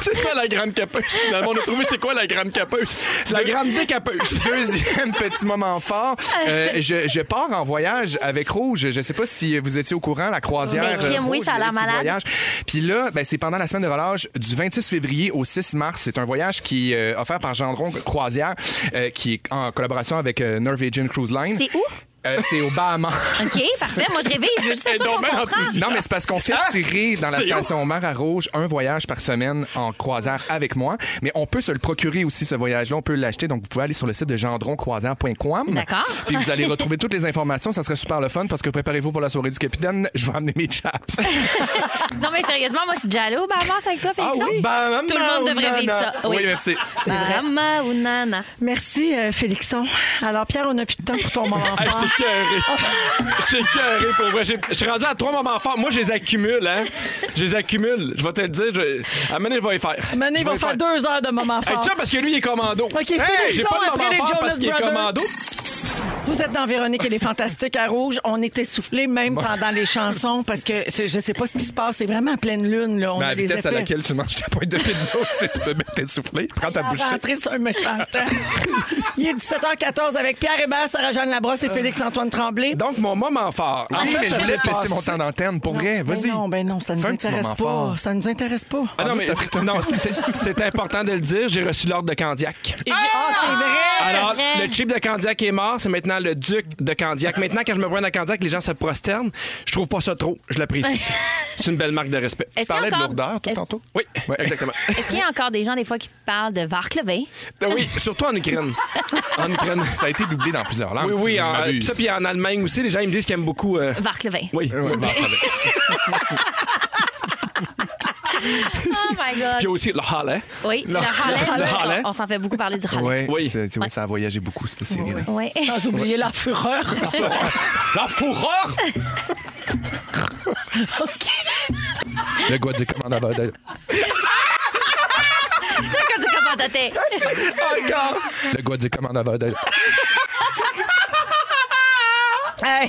C'est ça, la grande capeuse. Finalement, on a trouvé c'est quoi la grande capeuse. C'est la grande décapeuse.
Deuxième petit moment fort, euh, je, je pars en voyage avec Rouge. Je sais pas si vous étiez au courant, la croisière.
Mais Ben, Kim,
euh,
oui,
Rouge,
ça a l'air
qui
malade.
voyage. Puis là, ben, c'est pendant la semaine de relâche du 26 février au 6 mars. C'est un voyage qui est euh, offert par Gendron Croisière, euh, qui est en collaboration avec euh, Norwegian Cruise Line.
C'est où?
Euh, c'est au Bahamas.
OK, parfait. Moi, je réveille. Je veux juste
Elle
être sûre
dormait
qu'on
en
comprend.
plus.
Non, mais c'est parce qu'on fait
Ah!
tirer dans la
C'est
station mer à Rouge un voyage par semaine en croisière avec moi. Mais on peut se le procurer aussi, ce voyage-là. On peut l'acheter. Donc, vous pouvez aller sur le site de gendroncroisière.com.
D'accord.
Puis vous allez retrouver toutes les informations. Ça serait super le fun parce que préparez-vous pour la soirée du capitaine. Je vais amener mes chaps.
Non, mais sérieusement, moi, je suis déjà allée au Bahamas avec toi, Félixon.
Bah,
Tout le monde devrait
nanana.
vivre ça.
Oui, merci.
Bahamas ou nana.
Merci, euh, Félixon. Alors, Pierre, on a plus de temps pour ton moment
Ah,
fort.
je t'ai carré. Je t'ai carré pour vrai. J'ai- Je suis rendu à trois moments forts. Moi, je les accumule, hein. Je les accumule. Je vais te le dire. Je... Amenez, va y faire.
Mané
Je
va
vais y
faire deux heures de moment
Hey,
fort.
tu sais, parce que lui, il est commando.
Ok,
Hey,
Félixon
J'ai pas
a
de
pris les
moment fort
Jonas
parce qu'il est
Brothers.
commando.
Vous êtes dans Véronique et les Fantastiques à Rouge. On est essoufflé même pendant les chansons parce que c'est- je sais pas ce qui se passe. C'est vraiment à pleine lune. Là. On
Mais à
a
la
des
vitesse
effets.
à laquelle tu manges ta pointe de pizza, si tu peux bien t'essouffler, prends ta bouchée.
Rentrer sur un méchant temps. Il est 17h14 avec Pierre Hébert, Sarah-Jeanne Labrosse
Euh.
et Félix-Antoine Tremblay.
Donc, mon moment fort. En
Oui,
fait,
Ah, mais je
ça
voulais
s'est
te laisser mon
passé-
temps d'antenne. Pour vrai,
Ben
vas-y.
non, ben non, ça nous
Fais un petit
intéresse
moment
pas.
fort.
Ça nous intéresse pas.
Ah non, mais non, c'est- c'est important de le dire. J'ai reçu l'ordre de Candiac.
Ah, c'est vrai.
Alors,
vrai.
le chip de Candiac est mort, c'est maintenant le duc de Candiac. Maintenant, quand je me prends à Candiac, les gens se prosternent. Je trouve pas ça trop, je l'apprécie. C'est une belle marque de respect.
Est-ce
Tu
qu'il y a
parlais de
encore-
lourdeur tout
est-ce-
tantôt?
Oui, exactement.
Est-ce qu'il y a encore des gens, des fois, qui te parlent de Varc Levé?
Ah Oui, surtout en Ukraine. En Ukraine.
Ça Ah, a été doublé dans plusieurs langues.
Oui, oui,
tu
en, euh,
m'abuses.
ça, puis en Allemagne aussi, les gens ils me disent qu'ils aiment beaucoup. euh,
Varc Levé.
oui.
Ouais, bah, attendez.
Oh my
Puis
God.
aussi le hein. Halley.
Oui, le
Le
Halley.
Halley.
On, on s'en fait beaucoup parler du Halley.
Ouais,
Oui.
c'est- c'est- ouais, Ça a voyagé beaucoup, cette série-là.
Oui.
Sans oublier la fureur.
La fourrure! Le gars du commandant va d'ailleurs.
Quand tu commandes ta tête.
Encore!
Le gars du commandant va d'ailleurs.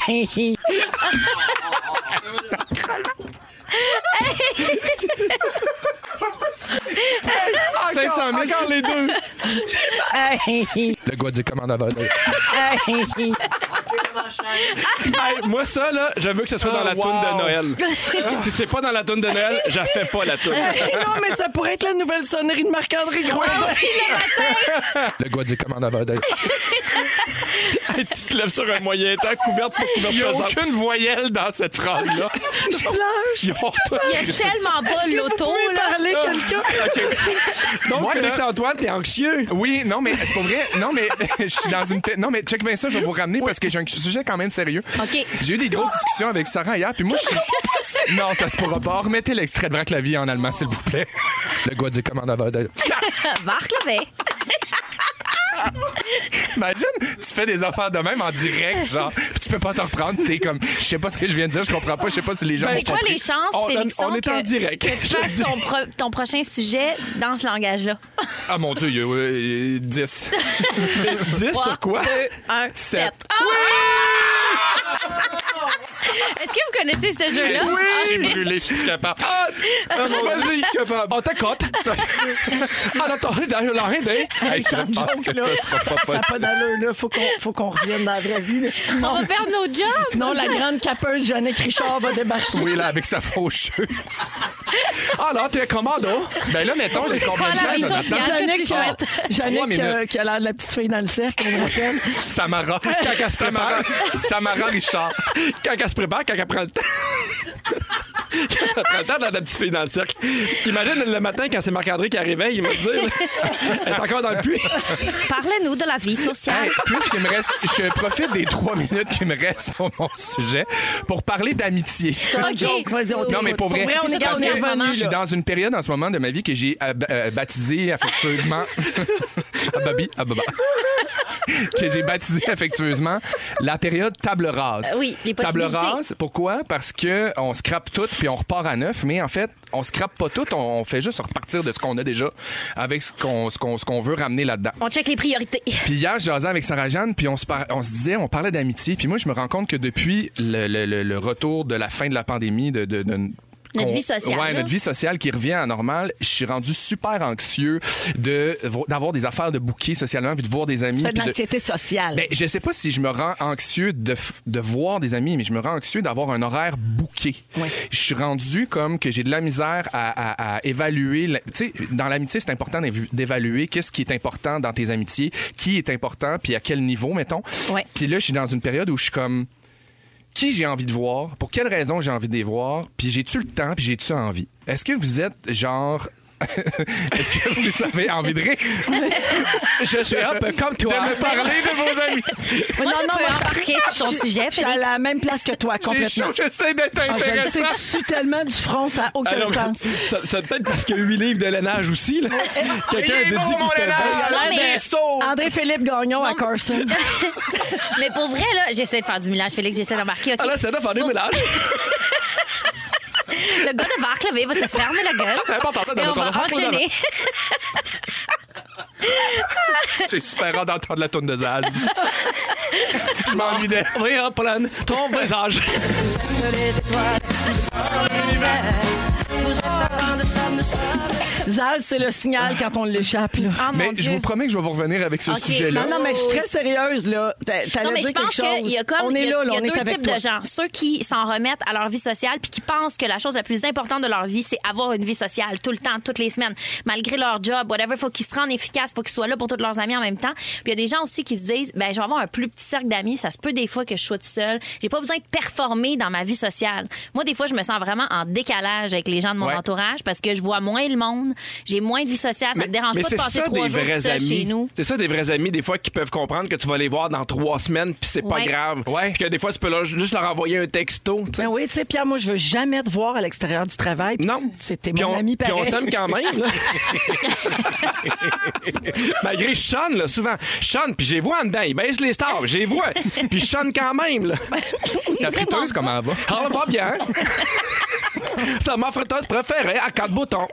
Hey.
Encore!
500 000.
Encore les deux!
Hey. Hey.
Le gars du commandant va d'ailleurs.
Hey, moi, ça, là, je veux que ce soit
Oh,
dans la
wow.
toune de Noël. si c'est pas dans la toune de Noël, je fais pas la toune.
Non, mais ça pourrait être la nouvelle sonnerie de Marc-André Gros.
Le gars du commandant va d'ailleurs.
Hey, tu te lèves sur un moyen temps, couverte pour couverte
Il n'y a
pesante.
aucune voyelle dans cette phrase-là.
Je plage.
Ils ont tout
Il y a tellement pas l'auto,
Vous pouvez
là.
parler quelqu'un.
Ah.
Donc,
Moi, là-
Félix-Antoine, t'es anxieux.
Oui, non, mais c'est pas vrai. Non, mais je suis dans une. pa- Non, mais check bien ça, je vais vous ramener parce que j'ai un sujet quand même sérieux.
OK.
J'ai eu des grosses discussions avec Sarah hier, puis moi, je suis. Non, ça se pourra pas. Remettez l'extrait de Braque la vie en allemand, s'il vous plaît. Le gars du commandant va d'ailleurs.
Varc Levé.
Imagine, tu fais des affaires de même en direct, genre, puis tu peux pas t'en reprendre. T'es comme, je sais pas ce que je viens de dire, je comprends pas, je sais pas si les gens.
Ben, C'est
ont
quoi
compris.
les chances,
On- on-
Félix,
on est en direct.
que tu
Je
fasses
dis-
ton, pro- ton prochain sujet dans ce langage-là?
Ah mon Dieu, il y a euh, 10.
10 sur quoi?
Euh,
1,
Sept.
7. Est-ce que vous connaissez ce jeu-là?
Je suis Eh brûlé, je suis capable.
Ah,
euh,
Vas-y, on t'accote. Ah, la torride, la rinde, hein?
Hey, je
Sam
pense
joke,
que
là.
ça sera pas
Ça n'a pas
possible.
d'allure, là. Faut qu'on, faut qu'on revienne dans la vraie vie. là.
On
Sinon,
va perdre nos jobs.
sinon, la grande capeuse Jeannette Richard va débarquer.
Oui, là, avec sa faucheuse.
Ah, là, tu es commando.
Ben là, mettons, j'ai combien de
Voilà,
gens,
mais Ah, ça,
Jonathan?
c'est-
Jeannette,
toute
qui, a- Jeannette
Trois
qui a-
minutes.
qui a l'air de la petite fille dans le cercle, on me rappelle.
Samara.
elle se
Samara. Samara Richard.
Quand elle se prépare, quand elle prend le temps. quand elle prend le temps de la petite fille dans le cercle. Imagine le matin, quand c'est Marc-André qui arrivait, il va te dire Elle est encore dans le puits.
Parlez-nous de la vie sociale.
Hey, puisqu'il me reste, je profite des trois minutes qui me restent pour mon sujet pour parler d'amitié.
OK.
joke, vas-y, on
Non, mais pour vrai,
on est
parce
on est
que
revenu,
je suis
là.
dans une période en ce moment de ma vie que j'ai euh, ba- euh, baptisée affectueusement. Ababi, ababa. que j'ai baptisé affectueusement la période table rase.
Oui, les
Table
possibilités.
rase, pourquoi? Parce que on scrape tout puis on repart à neuf, mais en fait, on scrape pas tout, on, on fait juste repartir de ce qu'on a déjà avec ce qu'on ce qu'on- ce qu'on veut ramener là-dedans.
On check les priorités.
Puis hier, je jasais avec Sarah Jeanne, puis on se, par- on se disait, on parlait d'amitié. Puis moi, je me rends compte que depuis le, le- le- le retour de la fin de la pandémie, de. de- de-
Notre
qu'on-
vie sociale,
Ouais,
là.
notre vie sociale qui revient à normal. Je suis rendu super anxieux de vo- d'avoir des affaires de bouquets socialement, puis de voir des amis.
Tu fais de
puis de-
l'anxiété sociale.
Ben, je sais pas si je me rends anxieux de, f- de voir des amis, mais je me rends anxieux d'avoir un horaire bouqué. Je suis rendu comme que j'ai de la misère à, à- à évaluer. la- Tu sais, dans l'amitié, c'est important d'év- d'évaluer qu'est-ce qui est important dans tes amitiés, qui est important, puis à quel niveau, mettons.
Ouais.
Puis là, je suis dans une période où je suis comme qui j'ai envie de voir, pour quelle raison j'ai envie de les voir, puis j'ai-tu le temps, puis j'ai-tu envie. Est-ce que vous êtes genre. Est-ce que vous avez envie de rire?
Je suis hop comme
De
toi.
me parler de vos amis.
Moi, je peux
moi,
embarquer sur ton
je-
sujet,
Je suis à
Félix.
la même place que toi,
J'ai
complètement.
chaud, j'essaie d'être
Ah, je le sais
intéressant.
que tu sues tellement du front, ça n'a
Ah
aucun
non, mais
sens.
ça, ça peut-être parce qu'il y a 8 livres de lainage aussi. là. Quelqu'un a dit
Il est beau,
qu'il
mon
fait
Lénard,
beau.
Non, mais-
l'air
Oh,
saut.
André-Philippe Gagnon à Carson.
Mais pour vrai, là, j'essaie de faire du millage, Félix. J'essaie d'embarquer. OK.
Ah là, ça doit faire des mélanges.
Le gars de barque levé va se fermer la gueule.
N'importe quoi,
Et on
dans
va
ton enfant,
enchaîner.
dans- J'ai super hâte d'entendre la tourne de Zaz.
Oh,
Je m'ennuie d'elle.
Oui, hop, plan, ton visage.
Zaz, c'est le signal quand on l'échappe. là.
Ah, mon
Mais je
Dieu.
vous promets que je vais vous revenir avec ce
Ok.
sujet-là.
Non, non, mais je suis très sérieuse, là. T'a- T'allais
Non, mais
dire
je pense
quelque
qu'il y a
chose.
comme
On est
il y a-
là, là,
il y a
on est
deux
avec
types
toi.
de gens. Ceux qui s'en remettent à leur vie sociale puis qui pensent que la chose la plus importante de leur vie, c'est avoir une vie sociale tout le temps, toutes les semaines, malgré leur job, whatever. Il faut qu'ils se rendent efficaces, il faut qu'ils soient là pour tous leurs amis en même temps. Puis il y a des gens aussi qui se disent ben, je vais avoir un plus petit cercle d'amis. Ça se peut des fois que je sois toute seule. J'ai pas besoin de performer dans ma vie sociale. Moi, des fois, je me sens vraiment en décalage avec les gens de mon
Ouais.
entourage parce que je vois moins le monde, j'ai moins de vie sociale. Ça me dérange pas de
c'est
passer
ça,
trois
des
jours toute
vrais
seule
amis.
chez nous.
C'est ça des vrais amis des fois qui peuvent comprendre que tu vas les voir dans trois semaines puis c'est pas
Ouais.
grave.
Ouais.
Puis que des fois tu peux leur- juste leur envoyer un texto. tu sais.
Ben oui, tu sais, Pierre, moi, je veux jamais te voir à l'extérieur du travail. puis
Non.
C'était
Puis
mon
on-
ami
Puis on
pareil.
s'aime quand même. là. Malgré Sean, là, souvent. Sean, puis j'ai vois en dedans. Il baisse les stars. J'ai vois. Puis Sean quand même. Là.
La friteuse, comment elle va?
Ça va pas bien. C'est ma friteuse préférée à quatre boutons.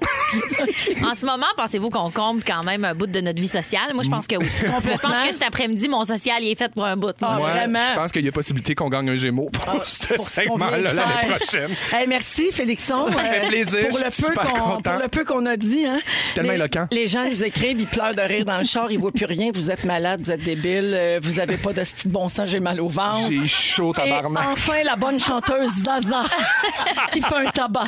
En ce moment, pensez-vous qu'on comble quand même un bout de notre vie sociale? Moi, je pense que oui. Je pense que cet après-midi, mon social il est fait pour un bout. là.
Ah,
Moi,
vraiment? Ah,
je pense qu'il y a possibilité qu'on gagne un Gémeaux pour ce
pour ce qu'on vient
segment-là
de
l'année
faire.
prochaine.
Hey, merci, Félixon. Ça
fait plaisir,
Pour
je
le
suis
peu
super
qu'on-
content.
Pour le peu qu'on a dit. Hein,
Tellement
les,
éloquent.
Les gens nous écrivent, ils pleurent de rire dans le char, ils voient plus rien. Vous êtes malade, vous êtes débile, euh, vous avez pas de style bon sens, j'ai mal au ventre.
J'ai chaud,
Et
tabarnak.
enfin, la bonne chanteuse Zaza qui fait un tabac.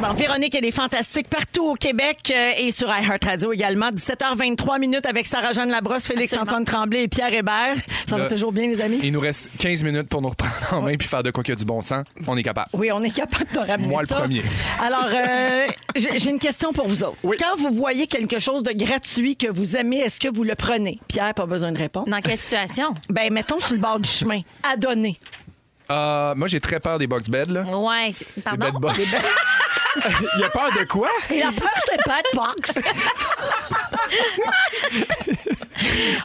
Bon, Véronique, elle est fantastique partout au Québec euh, et sur iHeartRadio également. 17h23 minutes avec Sarah-Jeanne Labrosse, Félix-Antoine Tremblay et Pierre Hébert. Ça va
Là.
toujours bien, les amis?
Il nous reste 15 minutes pour nous reprendre en main puis faire de quoi qu'il y a du bon sens. On est capable.
Oui, on est capable de ramener
Moi, le
ça.
premier.
Alors, euh, j'ai j'ai une question pour vous autres. Quand vous voyez quelque chose de gratuit que vous aimez, est-ce que vous le prenez? Pierre, pas besoin de répondre.
Dans quelle situation?
Ben, mettons sur le bord du chemin, à donner.
Euh, moi, j'ai très peur des box beds. Là.
Ouais, c'est-
Des
pardon?
bed bugs.
Il a peur de quoi?
Il a peur de pas de box.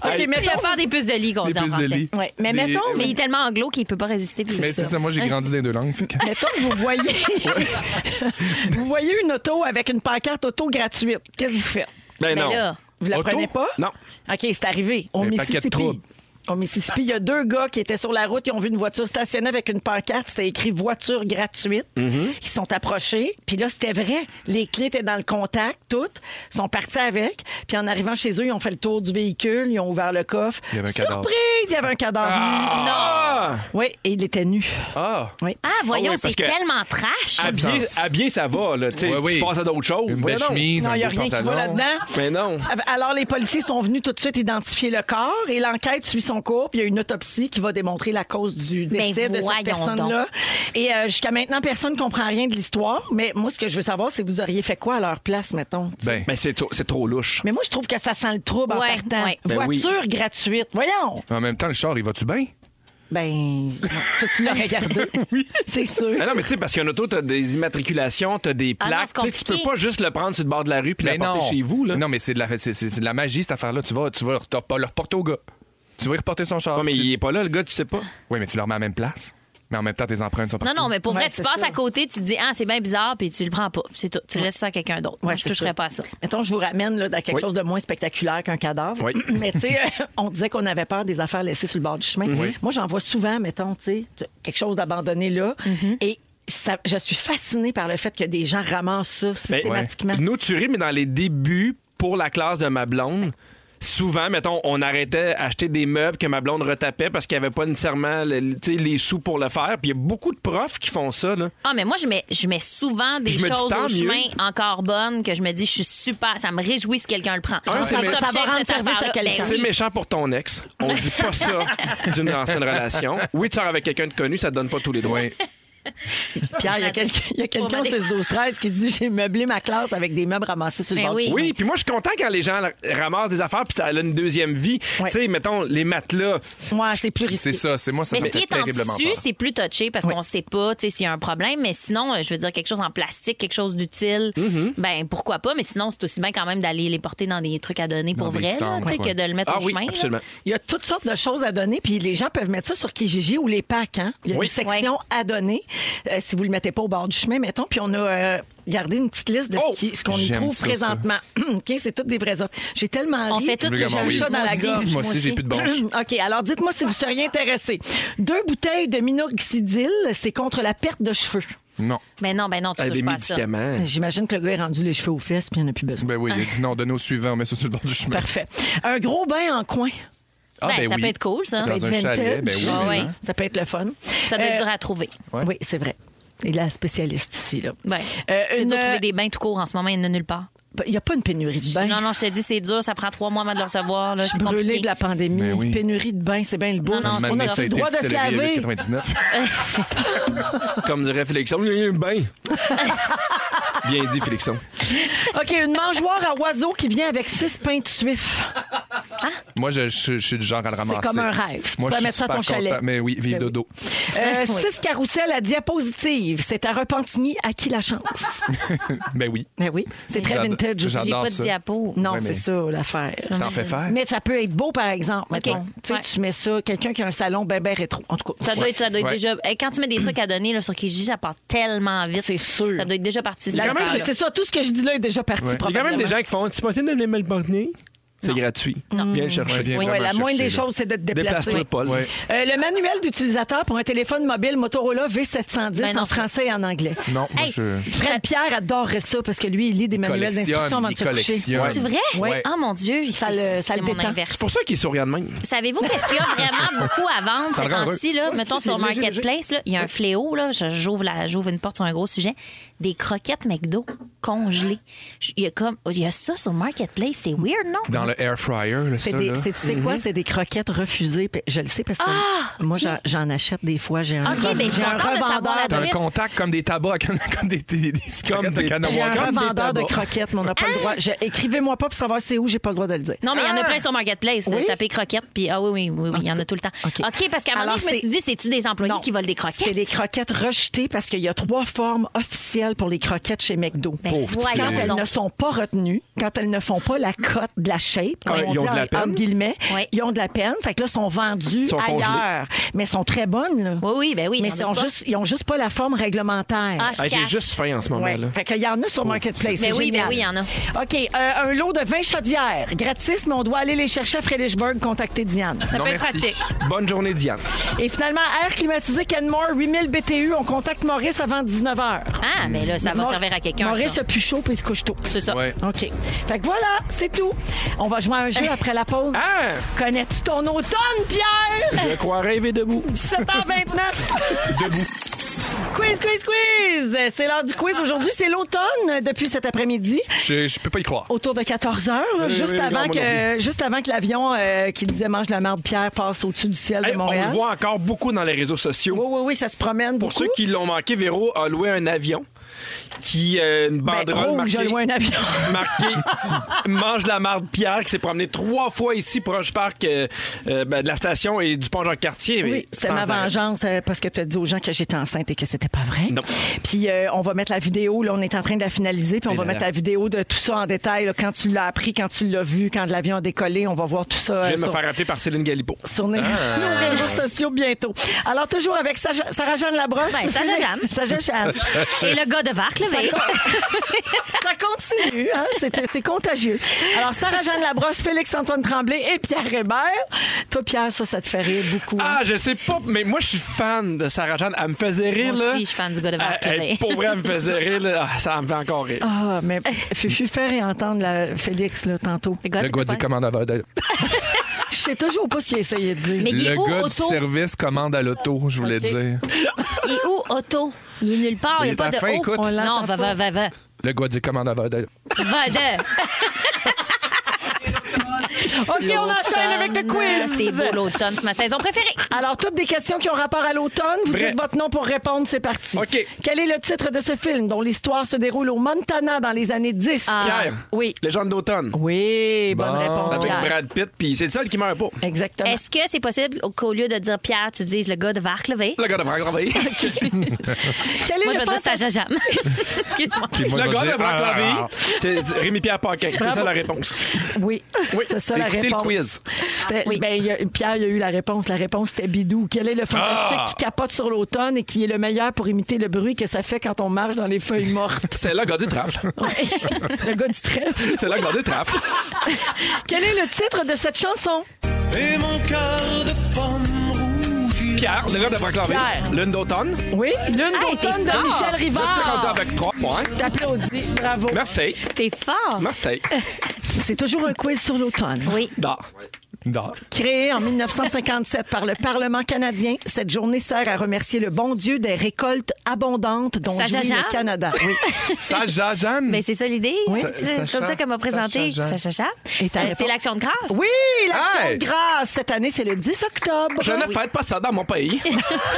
OK,
Il a
mettons.
peur des puces de lit qu'on
Des
dit en
puces de
français.
lit.
Ouais, mais
Des-
mettons-
Mais il est tellement anglo qu'il peut pas résister. puis
Mais
c'est
c'est ça, moi j'ai grandi dans les deux langues. fait que-
Mettons que vous voyez, vous voyez une auto avec une pancarte auto gratuite. Qu'est-ce que vous faites?
Ben
Mais
non.
là,
Vous la
Auto?
prenez pas?
Non.
OK, c'est arrivé. Au
Un paquet de
Mississippi.
troubles.
Au Mississippi, il y a deux gars qui étaient sur la route, ils ont vu une voiture stationnée avec une pancarte, c'était écrit voiture gratuite.
Mhm.
Ils sont approchés, puis là, c'était vrai. Les clés étaient dans le contact, toutes. Ils sont partis avec, puis en arrivant chez eux, ils ont fait le tour du véhicule, ils ont ouvert le coffre.
Il y avait un cadavre.
Surprise, il y avait un cadavre.
Ah!
Oui, et il était nu.
Ah!
Oui.
Ah, voyons,
Ah oui, parce
c'est
que- Ah,
tellement trash.
Habillé,
sens.
habillé, ça va, là. Tu sais,
Ouais, oui.
tu passes à d'autres choses.
Une
Voyons
belle
donc.
chemise,
Non,
un
il n'y a
beau
rien qui va
pantalon.
là-dedans.
Mais non.
Alors, les policiers sont venus tout de suite identifier le corps et l'enquête suit son cours. Puis il y a une autopsie qui va démontrer la cause du décès
Ben,
de cette
voyons
personne-là. Et euh, jusqu'à maintenant, personne ne comprend rien de l'histoire. Mais moi, ce que je veux savoir, c'est vous auriez fait quoi à leur place, mettons?
Ben,
Mais c'est trop, c'est trop louche.
Mais moi, je trouve que ça sent le trouble
Ouais,
en partant.
ouais.
Ben oui.
Voiture gratuite. Voyons!
en même temps, le char, il va-tu bien?
Ben, non, toi, tu l'as regardé. C'est sûr.
Mais Ben non, mais tu sais, parce qu'un auto, t'as des immatriculations, t'as des
Ah non,
plaques.
c'est
Tu sais, tu peux
compliqué.
pas juste le prendre sur le bord de la rue puis
Mais non.
l'apporter chez vous, là.
Non, mais c'est de, la, c'est- c'est- c'est de la magie, cette affaire-là. Tu vas, tu vas le rep- le reporter au gars. Tu vas y reporter son char.
Ouais, mais
Ah, Tu-
il est pas là, le gars, tu sais pas.
Oui, mais tu le remets à la même place. Mais en même temps, tes empreintes sont
Non,
partout.
non, mais pour
Ouais,
vrai, tu
c'est
passes
ça.
à côté, tu te dis, ah, c'est bien bizarre, puis tu le prends pas. C'est tout. Tu laisses ça à quelqu'un d'autre. Moi, je
c'est
toucherais
ça.
pas à ça.
Mettons, je vous ramène là, dans quelque
Oui.
chose de moins spectaculaire qu'un cadavre.
Oui.
Mais tu sais, euh, on disait qu'on avait peur des affaires laissées sur le bord du chemin.
Mhm.
Moi, j'en vois souvent, mettons, tu sais, tu- quelque chose d'abandonné là.
Mhm.
Et ça- je suis fascinée par le fait que des gens ramassent ça
Ben,
systématiquement.
Nous, tu ris, mais dans les débuts, pour la classe de ma blonde, souvent, mettons, on arrêtait acheter des meubles que ma blonde retapait parce qu'il n'y avait pas nécessairement le- le- tu sais, les sous pour le faire. Puis il y a beaucoup de profs qui font ça, là.
Ah, mais moi, je mets, je mets souvent des
Je me dis
choses
tant
au
mieux.
chemin encore bonnes que je me dis, je suis super, ça me réjouit si quelqu'un le prend.
Ah, c'est
Ça
mé-
top
ça va
shape,
rendre
cette
service à
affaire-là.
quelqu'un.
Ben
C'est
oui.
méchant pour ton ex. On dit pas ça d'une ancienne relation. Oui, tu sors avec quelqu'un de connu, ça te donne pas tous les droits.
Oui.
Pierre, il y a quelqu'un il y a quelqu'un au
Faut
16 12 13 qui dit j'ai meublé ma classe avec des meubles ramassés sur le
Ben
bord
oui.
du chemin.
Oui, puis moi, je suis content quand les gens la- ramassent des affaires puis ça a une deuxième vie.
Ouais.
Tu sais, mettons, les matelas.
Moi, c'est plus risqué.
C'est ça, c'est moi, ça
Mais
me
ce qui
fait
est en
terriblement
tissu,
peur.
c'est plus touché parce qu'on sait pas tu sais, s'il y a un problème. Mais sinon, euh, je veux dire, quelque chose en plastique, quelque chose d'utile,
Mm-hmm.
ben pourquoi pas. Mais sinon, c'est aussi bien quand même d'aller les porter dans des trucs à donner pour
Dans des
vrai, là,
cendres,
tu sais,
ouais.
que de le mettre
Ah
au
oui,
chemin. là.
absolument.
Il y a toutes sortes de choses à donner, puis les gens peuvent mettre ça sur Kijiji ou les packs. Hein? Il y a
Oui.
une section à donner, euh, si vous ne le mettez pas au bord du chemin, mettons. Puis on a euh, gardé une petite liste de
Oh!
ce qui- ce qu'on y
J'aime
trouve
ça,
présentement. OK, c'est toutes des vraies offres. J'ai tellement
On
ri
fait tout
que
que
j'ai un
oui.
chat dans
Moi
la gorge.
Moi aussi, j'ai plus de branches.
OK, alors dites-moi si vous seriez intéressé. Deux bouteilles de minoxidil, c'est contre la perte de cheveux.
Non.
Ben non, ben non, tu
Ah,
touches
des
pas à ça.
médicaments.
J'imagine que le gars est rendu les cheveux aux fesses, puis il n'en a plus besoin.
Ben oui, il a dit non, donne au suivant, on met ça sur le bord du chemin.
Parfait. Un gros bain en coin.
Ah,
Ben, ça peut être cool, ça.
Dans
Ça peut
un
être
chalet, ben
vintage.
oui.
Ah,
mais
ouais.
hein.
Ça peut être le fun.
Ça doit être
Euh,
dur à trouver.
Ouais.
Oui, c'est vrai. Il est la spécialiste ici. Là.
Ouais.
Euh,
c'est
une-
dur de trouver des bains tout court en ce moment, il n'y en a nulle part.
Il n'y a pas une pénurie de bains.
Non, non, je te dis, c'est dur, ça prend trois mois avant de le recevoir. là,
Je suis
C'est
brûlée
compliqué.
de la pandémie.
Mais Ben oui.
Pénurie de bains, c'est bien le beau.
Non, non,
Un
c'est
moment donné,
pas
ça a
grave.
été
Droit de se
le céleri
laver.
8,99.
Comme dirait Félixon, il y a un bain. Bien dit, Félixon.
OK, une mangeoire à oiseaux qui vient avec six pains de suif.
Moi, je, je- je suis du genre à le ramasser.
comme un rêve. Tu
Moi,
peux
je suis
mettre ça à
super
ton chalet.
content. Mais oui, vive
Ben oui.
dodo.
Euh,
Oui.
Six carousels à diapositive. C'est à Repentigny. À qui la chance?
Ben oui.
ben oui, c'est très
J'adore-
vintage aussi.
J'ai
J'adore
pas de
ça.
diapo.
Non,
Ouais, mais-
c'est ça l'affaire.
T'en fais faire.
Mais ça peut être beau, par exemple.
OK.
mettons. Tu sais,
Ouais.
Tu mets ça, quelqu'un qui a un salon ben, ben rétro. En tout cas,
Ça doit être, ça doit être
Ouais.
déjà. Hey, quand tu mets des trucs à donner là, sur Kijiji, ça part tellement vite.
C'est sûr.
Ça doit être déjà parti.
La-
cette affaire-là.
c'est ça, tout ce que je dis là est déjà parti.
Ouais. Il y a
Il y a quand même
probablement.
des gens qui font C'est possible de me le porter? C'est gratuit. Viens le chercher.
Ouais, viens
Oui,
vraiment
la moindre
chercher,
des
là.
choses, c'est de te déplacer.
Déplace-toi, Paul.
Ouais.
Euh, le manuel d'utilisateur pour un téléphone mobile Motorola V710
Ben non,
en français et en anglais.
Non, moi,
Hey.
je.
Fred Pierre adorerait ça parce que lui, il lit des manuels
collectionne,
d'instruction avant de
il
se coucher.
collectionne.
C'est vrai?
Ouais.
Ah mon Dieu,
Ça
c'est-
le- ça
c'est
le
mon
détend.
inverse.
C'est pour ça qu'il est souriant de même.
Savez-vous qu'est-ce qu'il y a vraiment beaucoup à vendre
Ça
ces
le rend
temps-ci? Là? Mettons sur
léger, léger.
Marketplace, là, il y a un fléau. Là, Je- j'ouvre, la, j'ouvre une porte sur un gros sujet. Des croquettes McDo congelées. Je- Il y a, comme, il y a ça sur Marketplace. C'est weird, non?
Dans le air fryer, là,
C'est
ça,
des,
là. Mm-hmm.
c'est- tu sais quoi? C'est des croquettes refusées. Puis Je le sais parce que moi, j'en- j'en achète des fois. J'ai un,
Ah, OK, ben, je suis
j'ai un
contente de savoir
revendeur,
T'as
l'adresse.
un contact comme des tabacs, comme des, des, des, comme des cannes à
j'ai un
bois. Comme des
revendeur de
tabacs.
croquettes, mais on n'a pas le droit. Je- Écrivez-moi pas pour savoir c'est où, j'ai pas le droit de le dire.
Ah! Non, mais il y en a plein sur Marketplace.
Ah! Oui?
Taper croquettes, puis ah oui, oui, oui, oui, il y en a tout le temps.
OK.
OK, parce qu'à un moment
Alors,
donné, je me suis
c'est-
dit, c'est-tu des employés qui volent des croquettes?
C'est des croquettes rejetées parce qu'il y a trois formes officielles spéciale pour les croquettes chez McDo.
Ben,
Pauvre
voyons
petit.
Quand elles
donc.
ne sont pas retenues, quand elles ne font pas la cote de la shape,
Ah,
comme on
ils ont
dit
de la
en-
peine.
entre guillemets,
Ouais.
ils ont de la peine. Fait que là, sont vendues
Sont congelées.
ailleurs. Mais elles sont très bonnes, là.
Oui, oui, ben oui.
Mais
j'en
ils
doute
n'ont
pas.
juste, ils ont juste pas la forme réglementaire.
Ah, je
Hey, J'ai
catch.
juste faim en ce moment.
Ouais.
là.
Fait qu'il y en a sur Marketplace.
Mais
c'est
oui,
génial.
ben oui, il y en a.
OK, euh, un lot de 20 chaudières. Gratis, mais on doit aller les chercher à Frédérichberg, contacter Diane.
Ça
Non,
peut être
merci.
pratique.
Bonne journée, Diane.
Et finalement, air climatisé Kenmore, 8000 BTU. On contacte Maurice avant 19h.
Ah, mais là, ça va
Maur-
servir à quelqu'un.
Maurice
ça.
a plus chaud puis il se couche tôt.
C'est ça.
Ouais.
OK. Fait que voilà, c'est tout. On va jouer à un jeu après la pause.
Ah!
Connais-tu ton automne, Pierre?
Je crois rêver debout.
7h29. quiz, quiz, quiz. C'est l'heure du quiz. Aujourd'hui, c'est l'automne depuis cet après-midi.
Je, je peux pas y croire.
Autour de 14 heures, là,
Oui,
juste,
oui, non,
avant
moi non
que, juste avant que l'avion euh, qui disait mange la merde Pierre passe au-dessus du ciel
Hey,
de
on
Montréal.
le voit encore beaucoup dans les réseaux sociaux.
Oui, oui, oui, ça se promène
Pour
beaucoup.
ceux qui l'ont manqué, Véro a loué un avion qui euh, une
Ben,
banderole
rouge,
marquée,
je loin un avion.
marquée mange la marde Pierre qui s'est promené trois fois ici proche parc euh, euh, ben, de la station et du pont Jean Cartier.
Oui, c'était ma vengeance euh, parce que tu as dit aux gens que j'étais enceinte et que c'était pas vrai.
Non.
Puis euh, on va mettre la vidéo, là, on est en train de la finaliser, puis on
Et
va
là,
mettre
là.
la vidéo de tout ça en détail, là, quand tu l'as appris, quand tu l'as vu, quand l'avion a décollé, on va voir tout ça. euh,
Je viens de me
sur-
faire Ah. appeler par Céline Galipo.
sur nos, nos réseaux sociaux bientôt. Alors, toujours avec Sacha- Sarah-Jeanne Labrosse.
Ben, Sacha-Jeanne.
Sacha-Jeanne.
Et le gars de Varc, ben, levé.
Ça continue, hein? c'est, c'est contagieux. Alors, Sarah-Jeanne Labrosse, Félix-Antoine Tremblay et Pierre Hébert. Toi, Pierre, ça, ça te fait rire beaucoup. hein?
Ah, je sais pas, mais moi, je suis fan de Sarah Jeanne. Elle me faisait rire,
Moi
là.
aussi, je suis fan du gars de Varc,
Elle-
là,
elle-
mais-
Pour vrai, elle me faisait rire, là. Ah, ça me fait encore rire.
Ah, mais Fufu, faire et entendre la Félix là, tantôt.
gars,
Le
tu
gars
peux
du
pas.
commande à l'auto.
Je sais toujours pas ce qu'il a essayé de dire.
Mais il est
Le
où,
gars du
auto?
service commande à l'auto, je voulais dire.
Il est où, Otto? Il est nulle part, il
Mais
n'y
il
a
est
pas
à
de
la fin,
haut.
écoute. On
l'entend
Non, va, va, va, va.
Le gars du commande à l'auto.
Va de.
OK, on enchaîne avec le quiz. Euh,
C'est beau, l'automne, c'est ma saison préférée.
Alors, toutes des questions qui ont rapport à l'automne. Vous
Vrai.
dites votre nom pour répondre, c'est parti.
OK.
Quel est le titre de ce film dont l'histoire se déroule au Montana dans les années 10?
Ah.
Pierre.
Oui.
Légende d'automne.
Oui, bonne réponse,
Avec
Pierre.
Brad Pitt, puis c'est le seul qui meurt pas.
Exactement.
Est-ce que c'est possible qu'au lieu de dire Pierre, tu dises le gars de Varc, levé?
Le gars de Franck Lavie.
Quel est
Moi, je
le
vais dire
fanta-
ça, jajam. Excuse-moi.
Le gars de
ah,
Franck Lavie. C'est Rémi-Pierre Paquin. C'est ça la réponse.
Oui, c'est ça la
Écoutez le
réponse.
quiz.
C'était-
Oui.
ben, il y a- Pierre, il y a eu la réponse. La réponse, c'était Bidou. Quel est le fantastique
Ah!
qui capote sur l'automne et qui est le meilleur pour imiter le bruit que ça fait quand on marche dans les feuilles mortes?
C'est le gars du trèfle.
Ouais. le gars du trèfle.
C'est le gars du trèfle.
Quel est le titre de cette chanson?
Et mon cœur de pomme rouge.
Pierre, le gars de Franck
Pierre.
Lavie. Lune d'automne.
Oui, Lune
Hey,
d'automne
t'es
de
fort!
Michel
Je suis rendu
Rivard.
avec trois points.
T'applaudis, bravo.
Merci.
T'es fort.
Merci. Bah,
C'est toujours un quiz sur l'automne.
Oui.
Non.
Non.
Créée en 1957 par le Parlement canadien, cette journée sert à remercier le bon Dieu des récoltes abondantes dont
Ça,
jouit
Jaja?
le Canada. Oui.
Ça, Jean-Jeanne.
Mais Ben, c'est ça l'idée. C'est-
Sa-
C'est comme
Sacha.
ça qu'elle m'a présenté.
Sacha, Jean.
Sacha, Jean.
Et ta
Euh,
réponse?
C'est l'action de grâce.
Oui, l'action
Hey!
de grâce. Cette année, c'est le 10 octobre.
Je ne fête pas ça dans mon pays.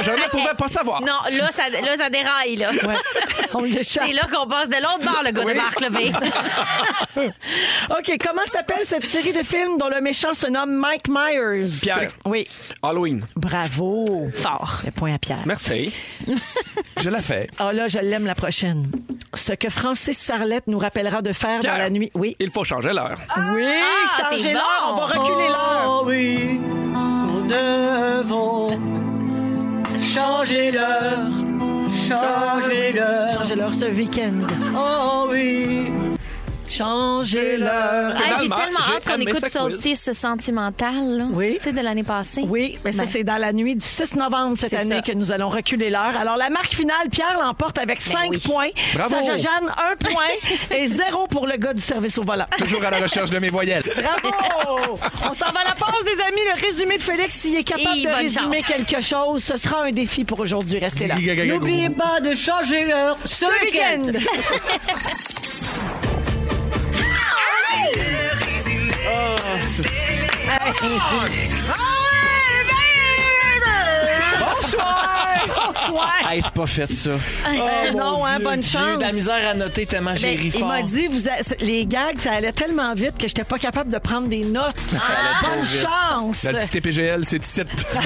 Je ne pouvais pas savoir.
Non, là, ça, là, ça déraille, là.
Ouais, on l'échappe.
C'est là qu'on passe de l'autre bord, le gars de Marc Levé.
OK, comment s'appelle cette série de films dont le méchant se nomme Mike Myers?
Pierre.
Oui.
Halloween.
Bravo.
Fort.
Le point à Pierre.
Merci.
Je la fais.
Ah là, je l'aime la prochaine. Ce que Francis Sarlette nous rappellera de faire dans
Pierre.
la nuit. Oui.
Il faut changer l'heure.
Oui,
Ah,
changez
t'es
l'heure,
bon.
on va reculer l'heure.
Ah oui, nous devons changer l'heure, changer
Oh.
l'heure.
Changez l'heure ce week-end.
Oh oui.
Changez
Ah,
l'heure.
J'ai
Finalement,
tellement
j'ai
hâte qu'on
aimé
écoute
ça, quiz.
Solstice sentimental, là.
Oui.
Tu sais, de l'année passée.
Oui, mais ça,
Ben.
c'est dans la nuit du 6 novembre cette
C'est
année
ça.
que nous allons reculer l'heure. Alors, la marque finale, Pierre l'emporte avec
Ben
5
oui.
points.
Bravo.
Sacha-Jeanne, 1 point et 0 pour le gars du service au volant.
Toujours à la recherche de mes voyelles.
Bravo! On s'en va à la pause, des amis. Le résumé de Félix, s'il est capable
Et
de
bonne
résumer
chance.
quelque chose, ce sera un défi pour aujourd'hui. Restez là.
N'oubliez pas de changer l'heure ce
Ce
week-end.
week-end!
Bonsoir!
Bonsoir!
Hey, c'est Ah, pas fait ça.
non, hein,
Ah, Dieu,
bonne
J'ai eu
chance.
de la misère à noter tellement j'ai
Ben,
ri
il
fort.
m'a dit, vous a- c'est- les gags, ça allait tellement vite que j'étais pas capable de prendre des notes. Ah, bonne chance!
La dictée PGL, c'est ici.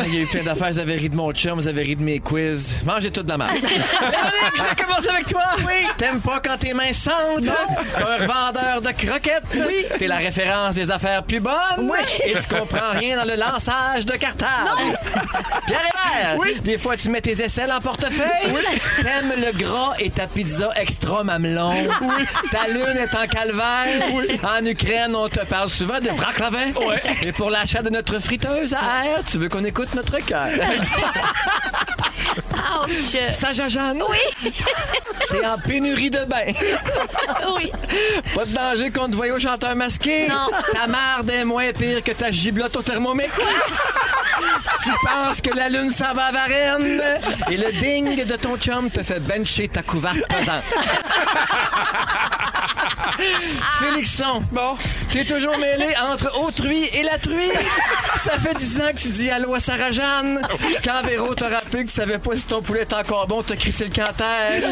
Il y a eu plein d'affaires. Vous avez ri de mon chum, vous avez ri de mes quiz. Mangez toute de la merde.
Ben,
Véronique, je commence avec toi. Oui. T'aimes pas quand tes mains sentent. T'es un revendeur de croquettes. Oui. T'es la référence des affaires plus bonnes. Oui. Et tu comprends rien dans le lançage de cartable. Non. Pierre Hébert. Oui. Des fois, tu mets tes aisselles en portefeuille. Oui. T'aimes le gras et ta pizza extra mamelon. Oui. Ta lune est en calvaire. Oui. En Ukraine, on te parle souvent de Braclavin. Et pour l'achat de notre friteuse à air, tu veux qu'on écoute notre cœur.
Ouch!
Sacha Jeanne.
Oui,
C'est en pénurie de bain.
oui.
Pas de danger qu'on te voie au chanteur masqué.
Non.
Ta marde est moins pire que ta giblotte au thermomix. tu penses que la lune s'en va à Varennes et le ding de ton chum te fait bencher ta couverte pesante. Félixon, bon. t'es toujours mêlé entre autrui et la truie. Ça fait 10 ans que tu dis allô à Sarah-Jeanne. Quand Véro t'a rappelé que tu savais pas si ton poulet est encore bon, t'as crissé le canter.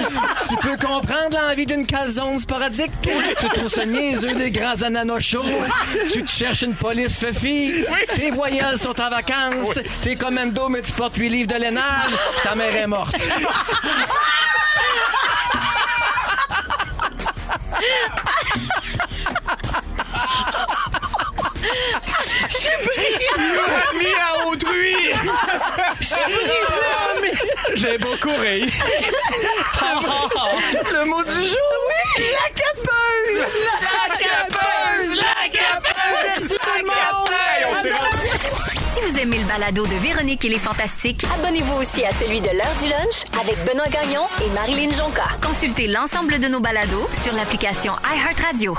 Tu peux comprendre l'envie d'une calzone sporadique. Tu trouves ça niaiseux des grands ananas chauds. Tu te cherches une police feufi. Tes voyelles sont en vacances. T'es commando, mais tu portes 8 livres de lainage. Ta mère est morte.
Mis à autrui!
Ah,
J'ai beaucoup ri.
Le mot du jour, oui, la capeuse! La capeuse! La capeuse! Merci tout le monde!
Si vous aimez le balado de Véronique et les Fantastiques,
Abonnez-vous aussi à celui de l'heure du lunch avec Benoît Gagnon et Marilyn Jonca.
consultez l'ensemble de nos balados sur l'application iHeartRadio.